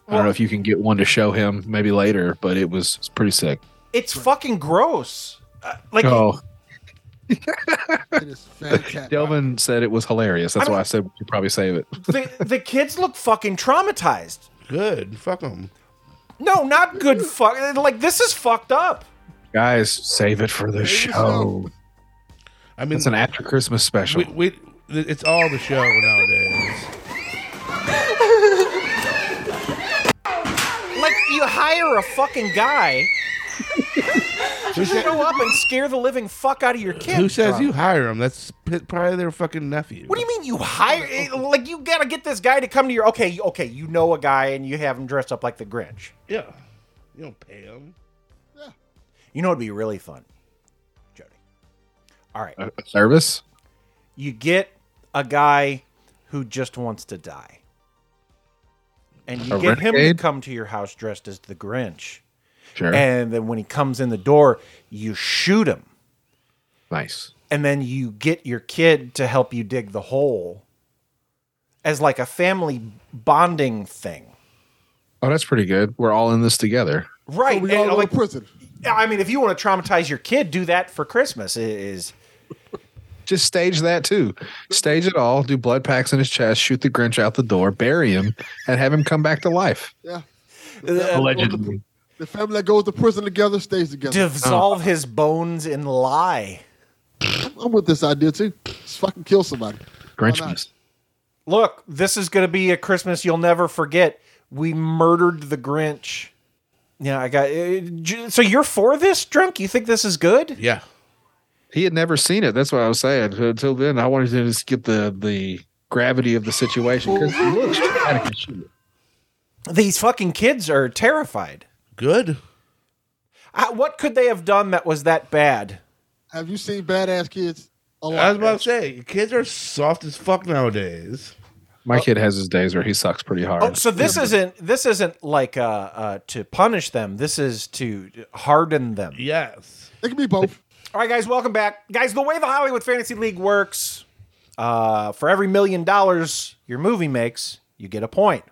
Speaker 6: I don't know if you can get one to show him maybe later, but it was it's pretty sick.
Speaker 5: It's fucking gross. Uh, like
Speaker 6: oh,
Speaker 7: It is fantastic.
Speaker 6: Delvin said it was hilarious. That's
Speaker 5: I
Speaker 6: why
Speaker 5: don't-
Speaker 6: I said we should probably save it.
Speaker 5: the the kids look fucking traumatized.
Speaker 8: Good. Fuck them.
Speaker 5: No, not good. Fuck. Like this is fucked up.
Speaker 6: Guys, save it for the show.
Speaker 8: I mean,
Speaker 6: it's an after Christmas special.
Speaker 8: We, we, it's all the show nowadays.
Speaker 5: Like you hire a fucking guy to show up and scare the living fuck out of your kid.
Speaker 8: Who says
Speaker 5: Rob.
Speaker 8: you hire them? That's p- probably their fucking nephew.
Speaker 5: What do you mean you hire? it- Like you gotta get this guy to come to your. Okay, okay, you know a guy and you have him dressed up like the Grinch.
Speaker 8: Yeah. You don't pay them.
Speaker 5: You know it'd be really fun, Jody. All right,
Speaker 6: A a service?
Speaker 5: you get a guy who just wants to die, and you
Speaker 6: A
Speaker 5: get him
Speaker 6: renegade?
Speaker 5: to come to your house dressed as the Grinch.
Speaker 6: Sure.
Speaker 5: And then when he comes in the door, you shoot him.
Speaker 6: Nice.
Speaker 5: And then you get your kid to help you dig the hole as like a family bonding thing.
Speaker 6: Oh, that's pretty good. We're all in this together.
Speaker 5: Right.
Speaker 7: we
Speaker 5: and,
Speaker 7: all go to
Speaker 5: like,
Speaker 7: prison.
Speaker 5: I mean, if you want to traumatize your kid, do that for Christmas. It is
Speaker 6: Just stage that too. Stage it all. Do blood packs in his chest. Shoot the Grinch out the door. Bury him and have him come back to life.
Speaker 7: Yeah.
Speaker 5: Uh,
Speaker 6: Allegedly.
Speaker 7: The family that goes to prison together stays together.
Speaker 5: dissolve his bones in lie.
Speaker 7: I'm with this idea too. Just fucking kill somebody.
Speaker 6: Grinch.
Speaker 7: Why not?
Speaker 5: Look, this is going to be a Christmas you'll never forget. We murdered the Grinch. Yeah, I got. uh, j- So you're for this, drunk? You think this is good?
Speaker 8: Yeah.
Speaker 6: He had never seen it. That's what I was saying. Until then, I wanted to just get the the gravity of the situation because it looks dramatic as shit.
Speaker 5: These fucking kids are terrified.
Speaker 8: Good.
Speaker 5: Uh, what could they have done that was that bad?
Speaker 7: Have you seen Badass Kids? A lot.
Speaker 8: I was about to say, kids are soft as fuck nowadays.
Speaker 6: My kid has his days where he sucks pretty hard.
Speaker 5: Oh, so this isn't this isn't like uh, uh, to punish them. This is to harden them.
Speaker 8: Yes.
Speaker 7: It can be both.
Speaker 5: All right, guys, welcome back, guys. The way the Hollywood Fantasy League works, uh, for every million dollars your movie makes, you get a point.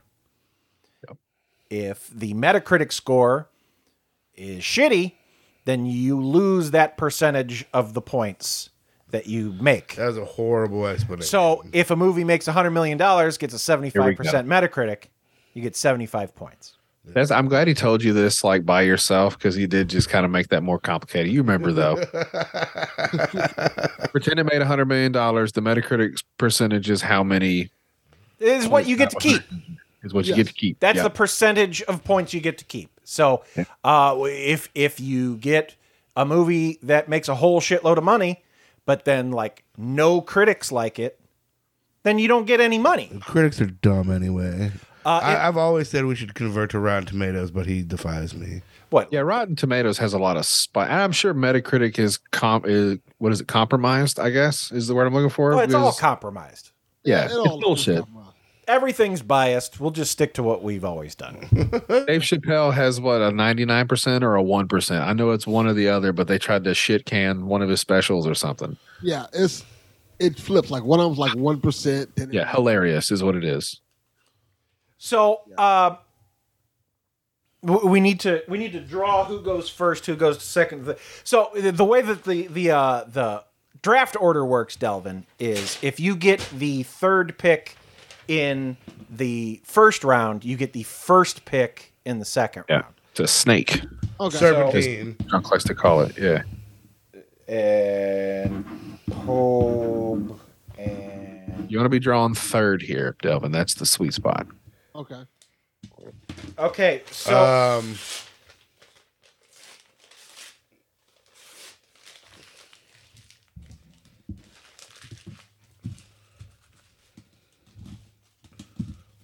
Speaker 5: If the Metacritic score is shitty, then you lose that percentage of the points that you make.
Speaker 8: That was a horrible explanation.
Speaker 5: So if a movie makes $100 million, gets a 75%
Speaker 6: Here we go.
Speaker 5: Metacritic, you get 75 points.
Speaker 6: That's, I'm glad he told you this like by yourself because he did just kind of make that more complicated. You remember though, pretend it made hundred million dollars. The Metacritic percentage is how many
Speaker 5: This is what you get to keep.
Speaker 6: is what
Speaker 5: Yes.
Speaker 6: you get to keep.
Speaker 5: That's
Speaker 6: Yeah.
Speaker 5: the percentage of points you get to keep. So, uh, if if you get a movie that makes a whole shitload of money, but then like no critics like it, then you don't get any money.
Speaker 8: Critics are dumb anyway.
Speaker 5: Uh,
Speaker 8: I, I've always said we should convert to Rotten Tomatoes, but he defies me.
Speaker 5: What?
Speaker 6: Yeah, Rotten Tomatoes has a lot of spy. and I'm sure Metacritic is com is what is it compromised? I guess is the word I'm looking for.
Speaker 5: Well, Oh, it's all
Speaker 6: because-
Speaker 5: compromised.
Speaker 6: yeah,
Speaker 5: it
Speaker 6: it's
Speaker 5: all-
Speaker 6: bullshit.
Speaker 5: Everything's biased. We'll just stick to what we've always done.
Speaker 6: Dave Chappelle has what a 99 percent or a one percent. I know it's one or the other, but they tried to shit can one of his specials or something.
Speaker 7: Yeah, it's it flips. Like one of them's like one percent. Then
Speaker 6: Yeah, hilarious is what it is.
Speaker 5: So, uh, w- we need to we need to draw who goes first, who goes second. So the the way that the the uh, the draft order works, Delvin, is if you get the third pick in the first round, you get the first pick in the second
Speaker 6: Yeah, it's a snake.
Speaker 7: Okay.
Speaker 8: Serpentine.
Speaker 6: Drunk likes to call it. Yeah.
Speaker 5: and Hope and
Speaker 6: You want to be drawing third here, Delvin. That's the sweet spot.
Speaker 7: Okay.
Speaker 5: Okay, so
Speaker 8: um,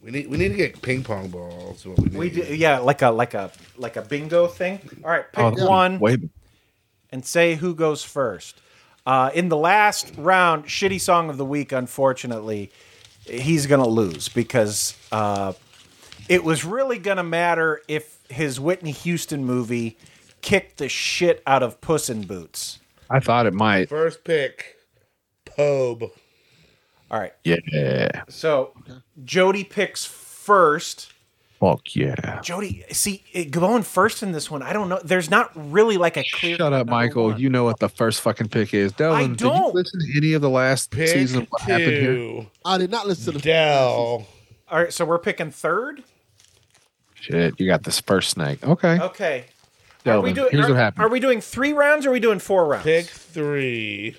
Speaker 8: we need we need to get ping pong balls. What we need.
Speaker 5: we do, yeah, like a like a like a bingo thing. All right, pick
Speaker 6: Oh,
Speaker 5: one.
Speaker 6: Wait.
Speaker 5: and say who goes first. Uh, in the last round, shitty song of the week, unfortunately, he's going to lose because uh, it was really going to matter if his Whitney Houston movie kicked the shit out of Puss in Boots.
Speaker 6: I thought it might.
Speaker 8: First pick, Pobe.
Speaker 5: All right.
Speaker 6: Yeah.
Speaker 5: So Jody picks first.
Speaker 6: Fuck yeah.
Speaker 5: Jody, see, it- going first in this one, I don't know. There's not really like a clear.
Speaker 6: Shut up, Michael. You know what the first fucking pick is. Delvin,
Speaker 5: I
Speaker 6: did you
Speaker 5: don't.
Speaker 6: listen to any of the last
Speaker 8: Pick
Speaker 6: season of what happened here?
Speaker 8: two,
Speaker 7: I did not listen to the
Speaker 8: Dell.
Speaker 5: All right, so we're picking third.
Speaker 6: Shit, you got this first snake. Okay.
Speaker 5: Okay. Are Uh, we
Speaker 6: Delvin,
Speaker 5: doing?
Speaker 6: here's
Speaker 5: are,
Speaker 6: what happened.
Speaker 5: Are we doing three rounds? or Are we doing four rounds?
Speaker 8: Pick three.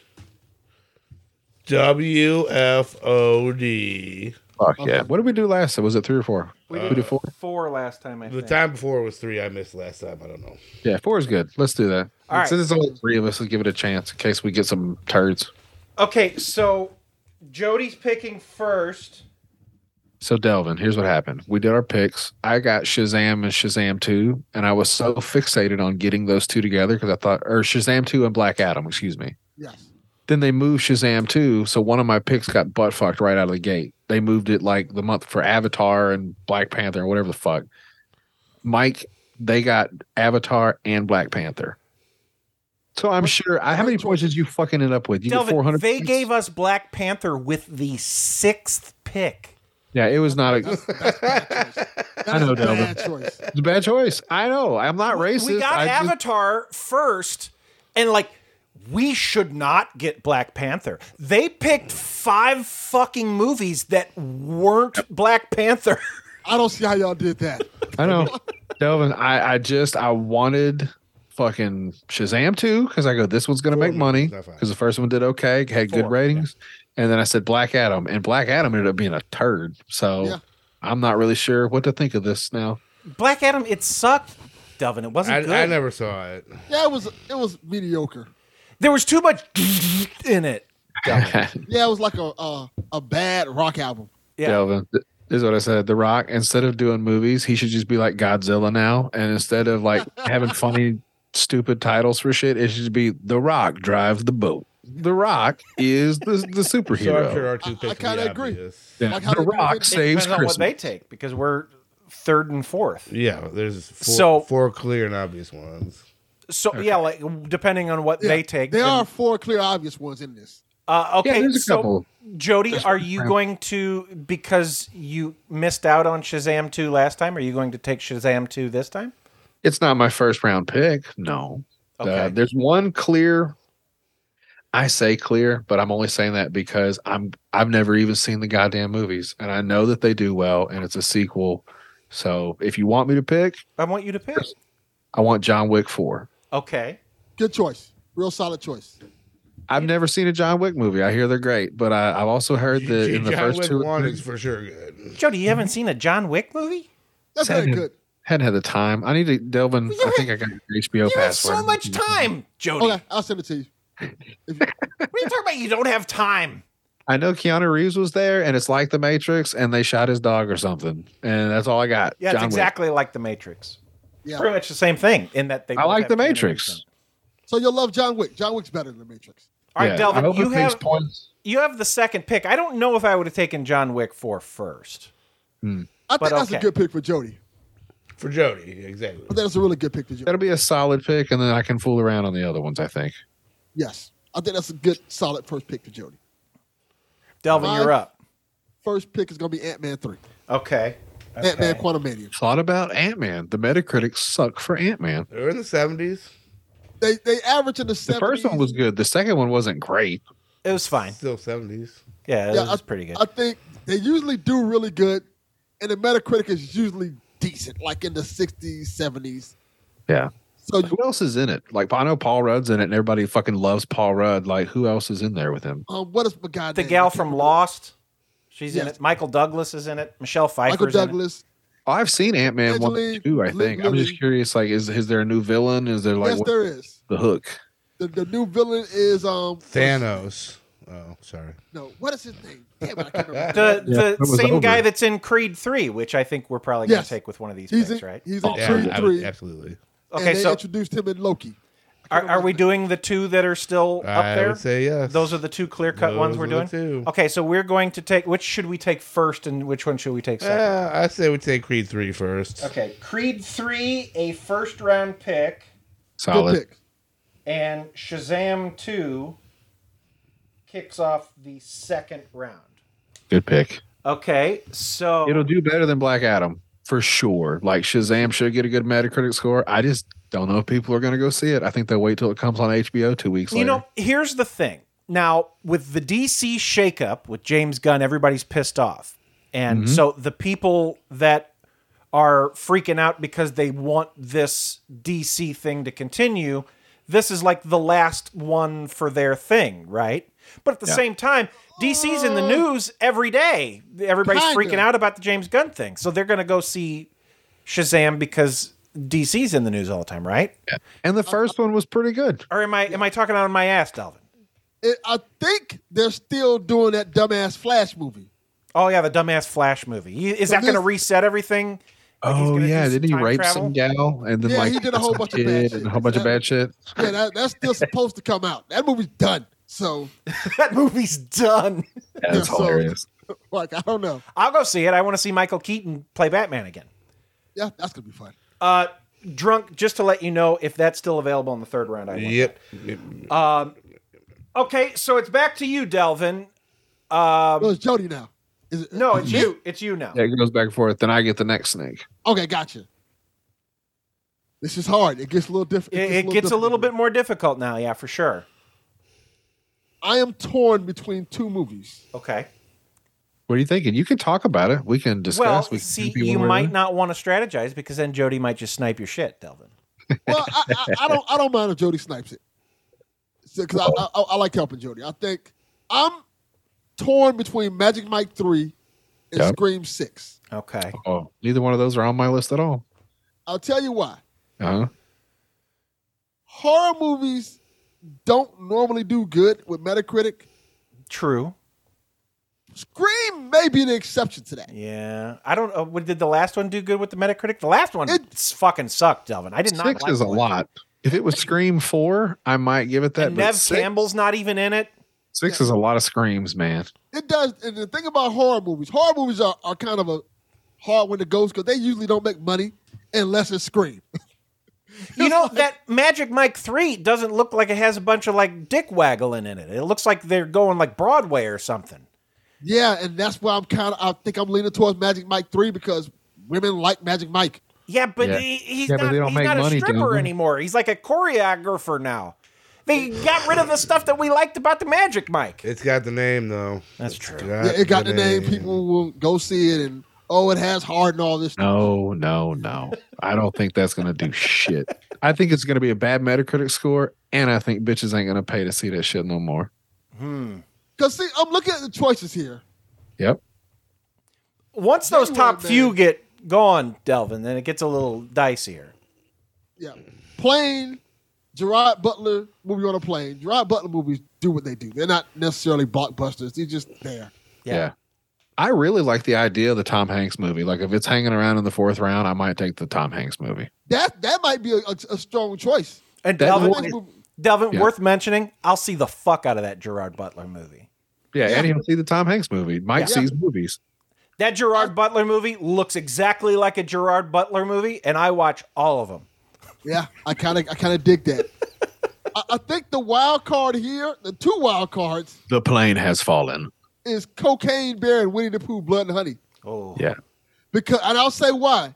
Speaker 8: W F O D.
Speaker 6: Fuck yeah. What did we do last? time? Was it three or four?
Speaker 5: We
Speaker 6: we
Speaker 5: did
Speaker 6: did four.
Speaker 5: four last time. I
Speaker 8: The
Speaker 5: think.
Speaker 8: time before was three. I missed last time. I don't know.
Speaker 6: Yeah, four is good. Let's do that.
Speaker 5: All right.
Speaker 6: Since it's only three of us, let's give it a chance in case we get some turds.
Speaker 5: Okay, so Jody's picking first.
Speaker 6: So Delvin, here's what happened. We did our picks. I got Shazam and Shazam 2, and I was so fixated on getting those two together because I thought or Shazam 2 and Black Adam, excuse me.
Speaker 7: Yes.
Speaker 6: Then they moved Shazam 2, so one of my picks got butt fucked right out of the gate. They moved it like the month for Avatar and Black Panther and whatever the fuck. Mike, they got Avatar and Black Panther. So I'm sure I how many points did you fucking end up with? You did
Speaker 5: Delvin,
Speaker 6: 400.
Speaker 5: they gave us Black Panther with the sixth pick.
Speaker 6: Yeah, it was not a I know, Delvin.
Speaker 7: Bad choice.
Speaker 6: It's a bad choice. I know. I'm not racist.
Speaker 5: We got
Speaker 6: I just-
Speaker 5: Avatar first, and like, we should not get Black Panther. They picked five fucking movies that weren't Black Panther.
Speaker 7: I don't see how y'all did that.
Speaker 6: I know. Delvin, I, I just I wanted fucking Shazam 2 because I go, this one's gonna make money. Because the first one did okay, had good ratings. And then I said Black Adam, and Black Adam ended up being a turd. So
Speaker 7: Yeah.
Speaker 6: I'm not really sure what to think of this now.
Speaker 5: Black Adam, it sucked, Delvin. It wasn't
Speaker 8: I,
Speaker 5: good.
Speaker 8: I never saw it.
Speaker 7: Yeah, it was it was mediocre.
Speaker 5: There was too much in it.
Speaker 7: Yeah, it was like a a, a bad rock album.
Speaker 6: Delvin, th- this is what I said. The Rock, instead of doing movies, he should just be like Godzilla now. And instead of like having funny, stupid titles for shit, it should be The Rock drives the boat. The Rock is the, the superhero.
Speaker 8: I'm sure our two picks. I kind of agree.
Speaker 6: Yeah. the Rock saves
Speaker 5: Depends on
Speaker 6: Christmas.
Speaker 5: what they take because we're third and fourth.
Speaker 8: Yeah, there's four,
Speaker 5: So-
Speaker 8: four clear and obvious ones.
Speaker 5: So yeah, like depending on what
Speaker 7: Yeah,
Speaker 5: they take.
Speaker 7: There
Speaker 5: then-
Speaker 7: are four clear obvious ones in this.
Speaker 5: Uh, okay,
Speaker 7: Yeah, there's a
Speaker 5: so
Speaker 7: couple.
Speaker 5: Jody,
Speaker 7: There's
Speaker 5: are
Speaker 7: one
Speaker 5: you
Speaker 7: around.
Speaker 5: going to because you missed out on Shazam two last time? Are you going to take Shazam two this time?
Speaker 6: It's not my first round pick. No. Uh, there's one clear. I say clear, but I'm only saying that because I'm I've never even seen the goddamn movies, and I know that they do well, and it's a sequel. So if you want me to pick,
Speaker 5: I want you to pick.
Speaker 6: I want John Wick four.
Speaker 5: Okay.
Speaker 7: Good choice. Real solid choice.
Speaker 6: I've never seen a John Wick movie. I hear they're great, but I, I've also heard that in the
Speaker 8: John
Speaker 6: first
Speaker 8: Wick
Speaker 6: two
Speaker 8: one is for sure good.
Speaker 5: Jody, you haven't seen a John Wick movie?
Speaker 7: That's
Speaker 6: hadn't,
Speaker 7: very good.
Speaker 6: Hadn't had the time. I need to delve in. I think I got an HBO
Speaker 5: You have
Speaker 6: password.
Speaker 5: so much time, Jody.
Speaker 7: Okay, I'll send it to you.
Speaker 5: What are you talking about? You don't have time.
Speaker 6: I know Keanu Reeves was there, and it's like The Matrix, and they shot his dog or something, and that's all I got.
Speaker 5: Yeah, it's
Speaker 6: John Wick.
Speaker 5: exactly like The Matrix.
Speaker 7: Yeah.
Speaker 5: Pretty much the same thing in that they.
Speaker 6: I
Speaker 5: both
Speaker 6: like
Speaker 5: have
Speaker 6: The
Speaker 5: Keanu Reeves
Speaker 6: Matrix.
Speaker 5: in it.
Speaker 7: So you'll love John Wick. John Wick's better than The Matrix.
Speaker 5: All right,
Speaker 6: Yeah, I
Speaker 5: Delvin,
Speaker 6: hope
Speaker 5: you
Speaker 6: it makes
Speaker 5: have
Speaker 6: points.
Speaker 5: you have the second pick. I don't know if I would have taken John Wick four first.
Speaker 7: I
Speaker 5: But
Speaker 7: think that's
Speaker 5: okay.
Speaker 7: a good pick for Jody.
Speaker 8: For Jody, exactly.
Speaker 7: I think that's a really good pick for Jody.
Speaker 6: That'll be a solid pick, and then I can fool around on the other ones. I think.
Speaker 7: Yes. I think that's a good solid first pick for Jody.
Speaker 5: Delvin,
Speaker 7: Mine-
Speaker 5: you're up.
Speaker 7: First pick is gonna be Ant Man three.
Speaker 5: Okay.
Speaker 7: Ant Man Quantumania.
Speaker 6: Thought about Ant Man. The Metacritics suck for Ant Man.
Speaker 8: They were in the seventies.
Speaker 7: They they average in the
Speaker 6: The
Speaker 7: seventies.
Speaker 6: first one was good. The second one wasn't great.
Speaker 5: It was fine.
Speaker 8: Still seventies.
Speaker 5: Yeah, it
Speaker 7: Yeah,
Speaker 5: was pretty good.
Speaker 7: I think they usually do really good, and the Metacritic is usually decent, like in the sixties, seventies.
Speaker 6: Yeah.
Speaker 7: So
Speaker 6: who else is in it? Like I know Paul Rudd's in it, and everybody fucking loves Paul Rudd. Like who else is in there with him?
Speaker 7: Um, what is the guy?
Speaker 5: the
Speaker 7: name?
Speaker 5: gal from Lost, she's in
Speaker 7: Yes.
Speaker 5: it. Michael Douglas is in it. Michelle Pfeiffer's
Speaker 7: Michael
Speaker 5: in it.
Speaker 7: Douglas.
Speaker 6: I've seen Ant Man one
Speaker 7: Angeline
Speaker 6: and two. I think. I'm just
Speaker 7: Lilly.
Speaker 6: curious. Like is is there a new villain? Is there like
Speaker 7: yes,
Speaker 6: what-
Speaker 7: there is.
Speaker 6: the hook?
Speaker 7: The, the new villain is um
Speaker 8: Thanos. Oh, sorry.
Speaker 7: No, what is his name? Damn it, I can't remember.
Speaker 5: The
Speaker 8: Yeah,
Speaker 5: the
Speaker 8: that was
Speaker 5: same
Speaker 8: over.
Speaker 5: guy that's in Creed three, which I think we're probably
Speaker 7: Yes.
Speaker 5: gonna take with one of these
Speaker 7: He's
Speaker 5: picks,
Speaker 7: in-
Speaker 5: right?
Speaker 7: he's in
Speaker 8: Yeah,
Speaker 7: Creed
Speaker 8: I would-
Speaker 7: three.
Speaker 8: absolutely.
Speaker 5: Okay,
Speaker 7: and they
Speaker 5: so-
Speaker 7: introduced him in Loki.
Speaker 5: Are, are we doing the two that are still
Speaker 8: I
Speaker 5: up there?
Speaker 8: would say yes.
Speaker 5: Those are the two clear cut ones
Speaker 8: Those
Speaker 5: we're
Speaker 8: are
Speaker 5: doing.
Speaker 8: the two.
Speaker 5: Okay, so we're going to take which should we take first, and which one should we take second?
Speaker 8: Uh, I say we take Creed three first.
Speaker 5: Okay, Creed three, a first round pick,
Speaker 6: Solid.
Speaker 7: pick.
Speaker 5: and Shazam two kicks off the second round.
Speaker 6: Good pick.
Speaker 5: Okay, so
Speaker 6: It'll do better than Black Adam for sure. Like Shazam should get a good Metacritic score. I just don't know if people are going to go see it. I think they'll wait till it comes on HBO two weeks
Speaker 5: you
Speaker 6: later.
Speaker 5: know, here's the thing. Now with the DC shakeup with James Gunn, everybody's pissed off, and
Speaker 6: Mhm.
Speaker 5: so the people that are freaking out because they want this DC thing to continue. This is like the last one for their thing, right? But at the
Speaker 12: Yeah.
Speaker 5: same time, DC's in the news every day. Everybody's
Speaker 12: Kinda.
Speaker 5: freaking out about the James Gunn thing. So they're going to go see Shazam because DC's in the news all the time, right?
Speaker 6: And the first one was pretty good.
Speaker 5: Or am I am I talking out of my ass, Delvin?
Speaker 7: It, I think they're still doing that dumbass Flash movie.
Speaker 5: Oh yeah, the dumbass Flash movie. He- Is
Speaker 7: So
Speaker 5: that going to
Speaker 7: this-
Speaker 5: reset everything?
Speaker 6: oh yeah,
Speaker 5: do some
Speaker 6: didn't he
Speaker 5: time
Speaker 6: rape
Speaker 5: travel?
Speaker 6: some gal and then
Speaker 7: Yeah,
Speaker 6: like
Speaker 7: he did a whole
Speaker 6: some
Speaker 7: bunch of bad
Speaker 6: kid and a whole bunch of bad shit?
Speaker 7: Yeah, that, that's still supposed to come out. That movie's done. So
Speaker 5: that movie's done.
Speaker 6: Yeah, that's hilarious.
Speaker 7: Like I don't know.
Speaker 5: I'll go see it. I want to see Michael Keaton play Batman again.
Speaker 7: Yeah, that's gonna be fun.
Speaker 5: Uh, drunk. Just to let you know, if that's still available in the third round, I win.
Speaker 8: Yep.
Speaker 5: Um, okay, so it's back to you, Delvin. Um,
Speaker 7: it's Jody now.
Speaker 5: no, it's you. It's you now.
Speaker 6: Yeah, it goes back and forth. Then I get the next snake.
Speaker 7: Okay, gotcha. This is hard. It gets a little different.
Speaker 5: It, it gets a little bit more difficult now. Yeah, for sure.
Speaker 7: I am torn between two movies.
Speaker 5: Okay.
Speaker 6: What are you thinking? You can talk about it. We can discuss.
Speaker 5: well,
Speaker 6: we can
Speaker 5: see,
Speaker 6: be
Speaker 5: you
Speaker 6: one way or
Speaker 5: might
Speaker 6: the
Speaker 5: not want to strategize because then Jody might just snipe your shit, Delvin.
Speaker 7: Well, I, I, I don't. I don't mind if Jody snipes it because I, I, I like helping Jody. I think I'm torn between Magic Mike three and
Speaker 6: Yep.
Speaker 7: Scream Six.
Speaker 5: Okay.
Speaker 6: Oh, neither one of those are on my list at all.
Speaker 7: I'll tell you why.
Speaker 6: Uh-huh.
Speaker 7: Horror movies don't normally do good with Metacritic.
Speaker 5: True.
Speaker 7: Scream may be the exception to that.
Speaker 5: Yeah, I don't. Uh, what- did the last one do good with the Metacritic? The last one it's fucking sucked, Delvin. I did not.
Speaker 6: Six
Speaker 5: like
Speaker 6: is a
Speaker 5: the one.
Speaker 6: lot. If it was Scream Four, I might give it that.
Speaker 5: And
Speaker 6: but
Speaker 5: Nev
Speaker 6: six,
Speaker 5: Campbell's not even in it.
Speaker 6: six is a lot of screams, man.
Speaker 7: It does. And the thing about horror movies, horror movies are, are kind of a hard one to go because they usually don't make money unless it's Scream.
Speaker 5: You know that Magic Mike Three doesn't look like it has a bunch of like dick waggling in it. It looks like they're going like Broadway or something.
Speaker 7: yeah, and that's why I'm kind of. I think I'm leaning towards Magic Mike three because women like Magic Mike.
Speaker 5: Yeah, but
Speaker 6: Yeah.
Speaker 5: He, he's
Speaker 6: Yeah, but
Speaker 5: not,
Speaker 6: they don't
Speaker 5: he's
Speaker 6: make
Speaker 5: not a
Speaker 6: money,
Speaker 5: stripper
Speaker 6: Delvin.
Speaker 5: anymore. He's like a choreographer now. They got rid of the stuff that we liked about the Magic Mike.
Speaker 8: It's got the name though. That's true.
Speaker 7: Yeah, it got the name. People will go see it, and oh, it has hard and all this.
Speaker 6: No, no, no. I don't think that's gonna do shit. I think it's gonna be a bad Metacritic score, and I think bitches ain't gonna pay to see that shit no more.
Speaker 5: Hmm.
Speaker 7: Because see, I'm looking at the choices here.
Speaker 6: Yep.
Speaker 5: Once those top
Speaker 7: man.
Speaker 5: few get gone, Delvin, then it gets a little dicier.
Speaker 7: Yeah, plane, Gerard Butler movie on a plane. Gerard Butler movies do what they do. They're not necessarily blockbusters. They're just there.
Speaker 6: Yeah. I really like the idea of the Tom Hanks movie. Like if it's hanging around in the fourth round, I might take the Tom Hanks movie.
Speaker 7: That that might be a, a, a strong choice.
Speaker 5: And
Speaker 6: That
Speaker 5: Delvin,
Speaker 6: one-
Speaker 5: Delvin
Speaker 6: Yeah.
Speaker 5: worth mentioning, I'll see the fuck out of that Gerard Butler movie.
Speaker 6: Yeah, and he'll see the Tom Hanks movie. Mike
Speaker 5: Yeah.
Speaker 6: sees movies.
Speaker 5: That Gerard Butler movie looks exactly like a Gerard Butler movie, and I watch all of them.
Speaker 7: Yeah, I kind of I kind of dig that. I, I think the wild card here, the two wild cards,
Speaker 6: The plane has fallen.
Speaker 7: is Cocaine Bear and Winnie the Pooh, Blood and Honey.
Speaker 5: Oh,
Speaker 6: Yeah.
Speaker 7: Because and I'll say why.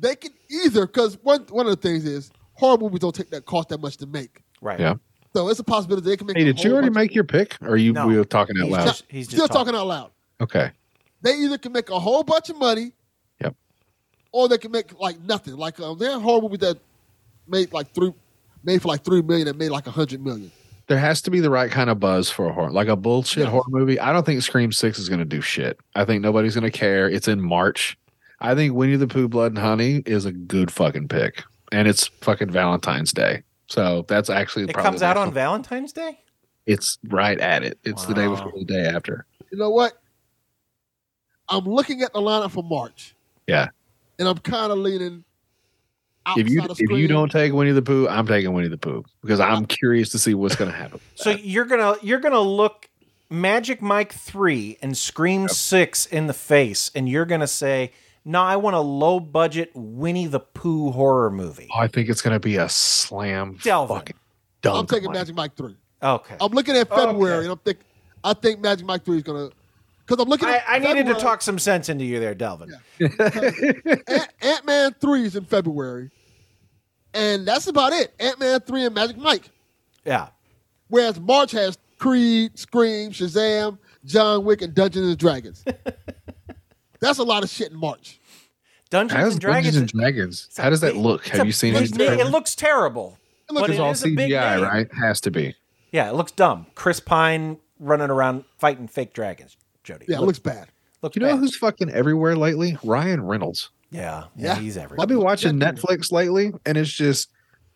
Speaker 7: They can either because one one of the things is horror movies don't take that cost that much to make.
Speaker 5: Right.
Speaker 6: Yeah.
Speaker 7: So it's a possibility they can make.
Speaker 6: Hey,
Speaker 7: a
Speaker 6: did you
Speaker 7: whole
Speaker 6: already
Speaker 7: bunch-
Speaker 6: make your pick? Or are you
Speaker 5: No.
Speaker 6: we were talking out
Speaker 5: He's
Speaker 6: loud?
Speaker 5: just- he's just
Speaker 7: still talking out loud.
Speaker 6: okay.
Speaker 7: They either can make a whole bunch of money.
Speaker 6: Yep.
Speaker 7: Or they can make like nothing. Like um, there are horror movies that made like three, made for like three million and made like a hundred million.
Speaker 6: There has to be the right kind of buzz for a horror, like a bullshit horror movie. I don't think Scream Six is going to do shit. I think nobody's going to care. It's in March. I think Winnie the Pooh, Blood and Honey is a good fucking pick, and it's fucking Valentine's Day, so that's actually
Speaker 5: It
Speaker 6: probably
Speaker 5: comes out
Speaker 6: the-
Speaker 5: on Valentine's Day?
Speaker 6: It's right at it. It's the day
Speaker 5: Wow.
Speaker 6: before, the day after.
Speaker 7: You know what? I'm looking at the lineup for March,
Speaker 6: Yeah.
Speaker 7: and I'm kind of leaning. Outside
Speaker 6: If you
Speaker 7: of
Speaker 6: if you
Speaker 7: Scream.
Speaker 6: don't take Winnie the Pooh, I'm taking Winnie the Pooh because I'm curious to see what's going to happen.
Speaker 5: So you're gonna you're gonna look Magic Mike three and Scream six in the face, and you're gonna say, "No, I want a low budget Winnie the Pooh horror movie."
Speaker 6: Oh, I think it's going to be a slam
Speaker 5: Delvin.
Speaker 6: fucking dunk.
Speaker 7: I'm taking
Speaker 6: Mike.
Speaker 7: Magic Mike three.
Speaker 5: Okay.
Speaker 7: I'm looking at February, and I'm think I think Magic Mike three is gonna. Because I'm looking
Speaker 5: I,
Speaker 7: at
Speaker 5: I needed to
Speaker 7: February.
Speaker 5: talk some sense into you there, Delvin.
Speaker 7: Ant Man three is in February, and that's about it. Ant Man three and Magic Mike.
Speaker 5: Yeah.
Speaker 7: Whereas March has Creed, Scream, Shazam, John Wick, and Dungeons and Dragons. that's a lot of shit in March.
Speaker 5: Dungeons
Speaker 6: How does
Speaker 5: and Dragons.
Speaker 6: Dungeons and Dragons? How does that look?
Speaker 5: it's
Speaker 6: Have
Speaker 5: a
Speaker 6: you seen
Speaker 5: big
Speaker 6: it?
Speaker 5: name. It looks terrible. but
Speaker 6: it's
Speaker 5: it
Speaker 6: all
Speaker 5: is a big
Speaker 6: CGI,
Speaker 5: name.
Speaker 6: right? Has to be.
Speaker 5: Yeah, it looks dumb. Chris Pine running around fighting fake dragons. Jody.
Speaker 7: Yeah, it looks bad.
Speaker 5: Looks
Speaker 6: You know
Speaker 5: bad.
Speaker 6: who's fucking everywhere lately? Ryan Reynolds.
Speaker 5: Yeah, yeah,
Speaker 7: Yeah.
Speaker 5: he's
Speaker 6: I've
Speaker 5: everywhere.
Speaker 6: been watching Netflix lately, and it's just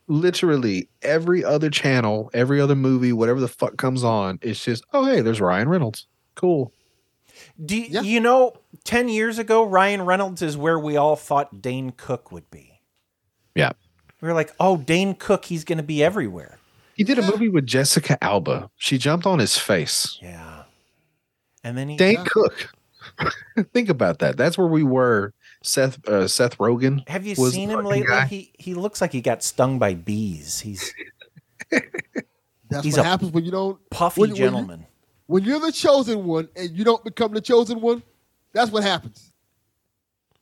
Speaker 6: literally every other channel, every other movie, whatever the fuck comes on, it's just, oh hey, there's Ryan Reynolds. Cool.
Speaker 5: Do you, you know? Ten years ago, Ryan Reynolds is where we all thought Dane Cook would be.
Speaker 6: Yeah.
Speaker 5: We were like, oh, Dane Cook, he's going to be everywhere.
Speaker 6: He did a movie with Jessica Alba. She jumped on his face.
Speaker 5: Yeah. And then he
Speaker 6: Dane Cook. Think about that. That's where we were. Seth uh, Seth Rogen.
Speaker 5: Have you
Speaker 6: was
Speaker 5: seen
Speaker 6: the
Speaker 5: him
Speaker 6: fucking
Speaker 5: lately?
Speaker 6: guy.
Speaker 5: He he looks like he got stung by bees. He's
Speaker 7: That's
Speaker 5: He's
Speaker 7: what
Speaker 5: a
Speaker 7: happens when you don't
Speaker 5: puffy
Speaker 7: when- when you-
Speaker 5: gentleman.
Speaker 7: when you're the chosen one and you don't become the chosen one, that's what happens.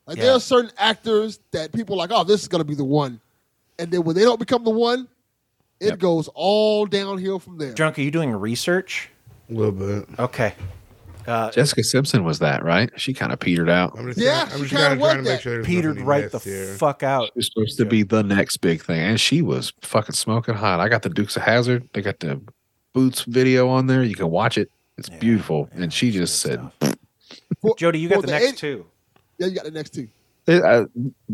Speaker 7: Like there
Speaker 5: Yeah.
Speaker 7: are certain actors that people are like, oh, this is gonna be the one, and then when they don't become the one, it goes all downhill from there.
Speaker 5: Drunk, are you doing research?
Speaker 8: A little bit.
Speaker 5: Okay. Uh,
Speaker 6: Jessica Simpson was that, right? She kind of petered out.
Speaker 8: I'm just
Speaker 7: Yeah,
Speaker 8: trying, I'm
Speaker 7: she
Speaker 8: just
Speaker 7: kinda
Speaker 8: kinda trying to make
Speaker 7: was that.
Speaker 8: sure there's
Speaker 5: Petered
Speaker 8: nothing
Speaker 5: right the
Speaker 8: missed here.
Speaker 5: fuck out.
Speaker 6: was supposed to be the next big thing, and she was fucking smoking hot. I got the Dukes of Hazard. They got the Boots video on there. You can watch it. It's beautiful. and she just said,
Speaker 5: Jody, you got
Speaker 7: for
Speaker 5: the
Speaker 7: the
Speaker 5: next
Speaker 7: eight-
Speaker 5: two.
Speaker 7: Yeah, you got the next two.
Speaker 6: It, I,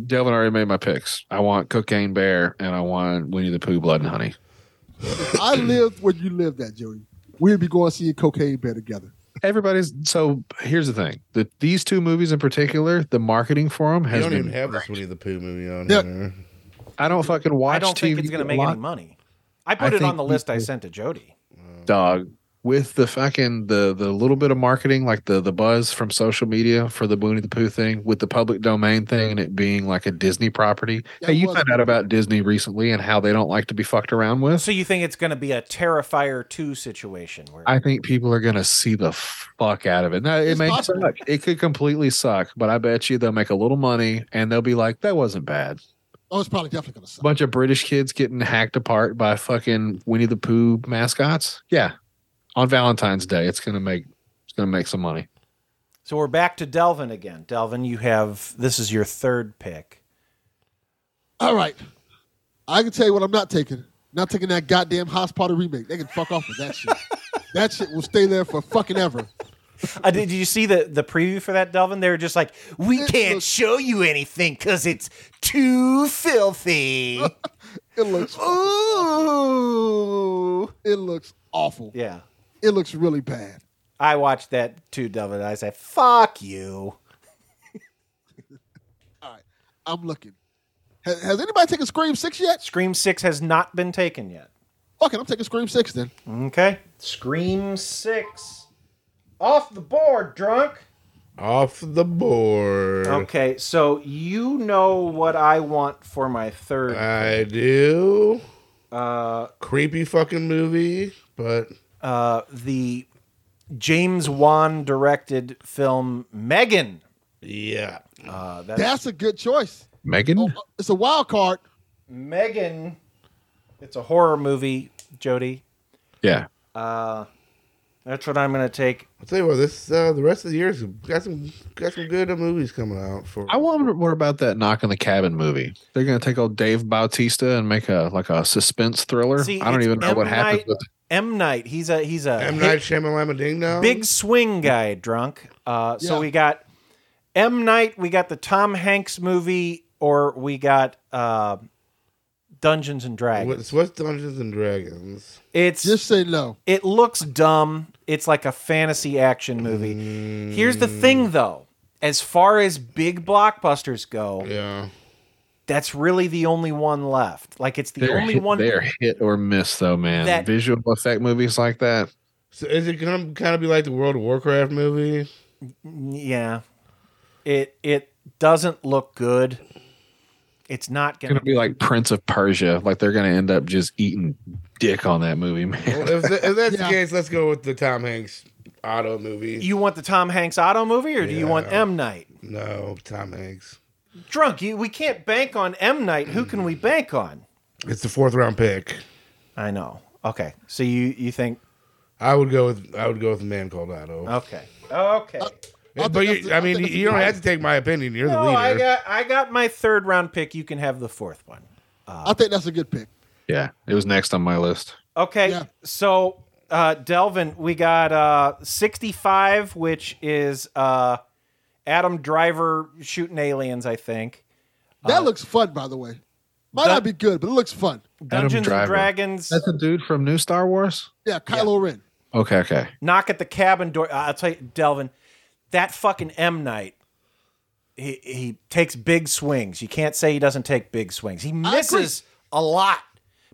Speaker 6: Delvin already made my picks. I want Cocaine Bear and I want Winnie the Pooh, Blood and Honey.
Speaker 7: If I lived where you lived at, Jody. We'd be going seeing Cocaine Bear together.
Speaker 6: Everybody's so here's the thing: the, these two movies in particular, the marketing for them
Speaker 8: You
Speaker 6: has
Speaker 8: don't
Speaker 6: been.
Speaker 8: even have this Winnie the Pooh movie on
Speaker 6: Yeah.
Speaker 8: here.
Speaker 6: I don't fucking watch
Speaker 5: I don't
Speaker 6: TV.
Speaker 5: think it's going to make
Speaker 6: a lot.
Speaker 5: any money. I put
Speaker 6: I
Speaker 5: it on
Speaker 6: think
Speaker 5: the
Speaker 6: we
Speaker 5: list I
Speaker 6: could-
Speaker 5: sent to Jody.
Speaker 6: dog with the fucking the the little bit of marketing like the the buzz from social media for the Booney the Pooh thing with the public domain thing and it being like a Disney property.
Speaker 7: Yeah,
Speaker 6: hey,
Speaker 7: it
Speaker 6: you
Speaker 7: was.
Speaker 6: found out about Disney recently and how they don't like to be fucked around with.
Speaker 5: So you think it's going to be a Terrifier 2 situation where
Speaker 6: I think people are gonna see the fuck out of it. Now it
Speaker 7: It's
Speaker 6: may
Speaker 7: possible.
Speaker 6: suck. It could completely suck, but I bet you they'll make a little money and they'll be like, that wasn't bad.
Speaker 7: Oh, it's probably definitely gonna suck.
Speaker 6: bunch of British kids getting hacked apart by fucking Winnie the Pooh mascots. Yeah. On Valentine's Day, it's gonna make it's gonna make some money.
Speaker 5: So we're back to Delvin again. Delvin, you have this is your third pick.
Speaker 7: All right. I can tell you what I'm not taking. Not taking that goddamn House Party remake. They can fuck off with that shit. That shit will stay there for fucking ever.
Speaker 5: Uh, did, did you see the the preview for that, Delvin? They were just like, "We
Speaker 7: It
Speaker 5: can't
Speaker 7: looks-
Speaker 5: show you anything because it's too filthy."
Speaker 7: It looks
Speaker 5: Ooh.
Speaker 7: It looks awful.
Speaker 5: yeah,
Speaker 7: It looks really bad.
Speaker 5: I watched that too, Delvin. and I said, "Fuck you."
Speaker 7: I'm looking. Has, has anybody taken Scream 6 yet?
Speaker 5: Scream Six has not been taken yet.
Speaker 7: Fuck it, I'm taking Scream 6 then.
Speaker 5: Okay, Scream Six off the board, drunk.
Speaker 8: Off the board.
Speaker 5: Okay, so you know what I want for my third.
Speaker 8: I do.
Speaker 5: Uh,
Speaker 8: Creepy fucking movie, but
Speaker 5: uh, the James Wan directed film Megan.
Speaker 8: Yeah,
Speaker 5: uh, that's,
Speaker 7: That's a good choice.
Speaker 6: Megan?
Speaker 7: It's a wild card.
Speaker 5: Megan. It's a horror movie, Jody.
Speaker 6: Yeah.
Speaker 5: Uh, that's what I'm gonna take.
Speaker 8: I'll tell you what. This uh, the rest of the year's got some got some good uh, movies coming out for.
Speaker 6: I wonder more about that knock on the cabin movie. They're gonna take old Dave Bautista and make a like a suspense thriller.
Speaker 5: See,
Speaker 6: I don't
Speaker 5: it's
Speaker 6: even know
Speaker 5: M.
Speaker 6: what happens.
Speaker 5: Night-
Speaker 6: With
Speaker 5: M Night. He's a he's a
Speaker 8: M
Speaker 5: hit-
Speaker 8: Night Shyamalan Ding Dong.
Speaker 5: big swing guy. Drunk. Uh, so
Speaker 7: Yeah.
Speaker 5: we got M Night. We got the Tom Hanks movie, or we got uh, Dungeons and Dragons.
Speaker 8: What's, what's Dungeons and Dragons?
Speaker 5: It's
Speaker 7: Just say no.
Speaker 5: It looks dumb. It's like a fantasy action movie. Here's the thing, though. As far as big blockbusters go,
Speaker 8: yeah,
Speaker 5: that's really the only one left. Like it's the
Speaker 6: they're
Speaker 5: only
Speaker 6: hit,
Speaker 5: one.
Speaker 6: they're hit or miss though, man.
Speaker 5: That-
Speaker 6: Visual effect movies like that.
Speaker 8: So is it gonna kind of be like the World of Warcraft movie?
Speaker 5: Yeah, it it doesn't look good. It's not
Speaker 6: It's gonna
Speaker 5: gonna.
Speaker 6: be like Prince of Persia. Like they're gonna end up just eating dick on that movie, man.
Speaker 8: Well, if, th- if that's
Speaker 7: Yeah.
Speaker 8: the case, let's go with the Tom Hanks auto movie.
Speaker 5: You want the Tom Hanks auto movie, or do you want
Speaker 8: Yeah.
Speaker 5: M Night?
Speaker 8: no, Tom Hanks.
Speaker 5: Drunk, you, we can't bank on M Night. Who can we bank on?
Speaker 8: It's the fourth round pick.
Speaker 5: I know. Okay, so you you think
Speaker 8: I would go with I would go with a man called Otto.
Speaker 5: okay, okay.
Speaker 7: I'll
Speaker 8: but
Speaker 7: take
Speaker 8: you,
Speaker 7: that's the-
Speaker 8: I
Speaker 7: I'll
Speaker 8: mean,
Speaker 7: take
Speaker 8: you,
Speaker 7: that's
Speaker 8: you don't
Speaker 7: the-
Speaker 8: have to take my opinion. You're the
Speaker 5: No,
Speaker 8: leader.
Speaker 5: I got I got my third round pick. You can have the fourth one.
Speaker 7: I think that's a good pick.
Speaker 6: Yeah, it was next on my list.
Speaker 5: Okay,
Speaker 7: Yeah.
Speaker 5: so uh, Delvin, we got uh, 65, which is uh, Adam Driver shooting aliens. I think
Speaker 7: That looks fun, by the way. Might
Speaker 5: Dun-
Speaker 7: not be good, but it looks fun.
Speaker 5: Dungeons and
Speaker 6: Driver.
Speaker 5: Dragons.
Speaker 6: That's a dude from New Star Wars.
Speaker 7: Yeah, Kylo Ren.
Speaker 6: Okay, okay.
Speaker 5: knock at the cabin door. Uh, I'll tell you, Delvin, that fucking M Night. He, he takes big swings. You can't say he doesn't take big swings. He
Speaker 7: agree.
Speaker 5: misses a lot,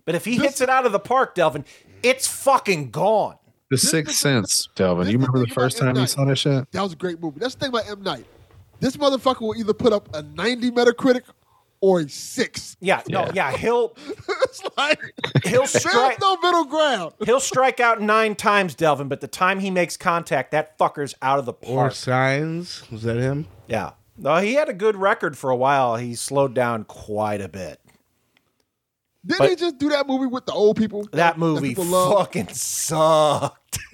Speaker 5: but if he
Speaker 7: This-
Speaker 5: hits it out of the park, Delvin, it's fucking gone.
Speaker 6: The Sixth Sense, Delvin. You remember the first time you saw that shit?
Speaker 7: That was a great movie. That's the thing about M Night. This motherfucker will either put up a 90 Metacritic or a six.
Speaker 5: Yeah, no, yeah. He'll
Speaker 7: it's like
Speaker 5: he'll strike.
Speaker 7: there's no middle ground.
Speaker 5: He'll strike out nine times, Delvin, but the time he makes contact, that fucker's out of the
Speaker 8: Or
Speaker 5: park.
Speaker 8: Signs was that him?
Speaker 5: Yeah. No, he had a good record for a while. He slowed down quite a bit.
Speaker 7: Didn't
Speaker 5: But-
Speaker 7: he just do that movie with the old people?
Speaker 5: That movie
Speaker 7: people love.
Speaker 5: fucking sucked.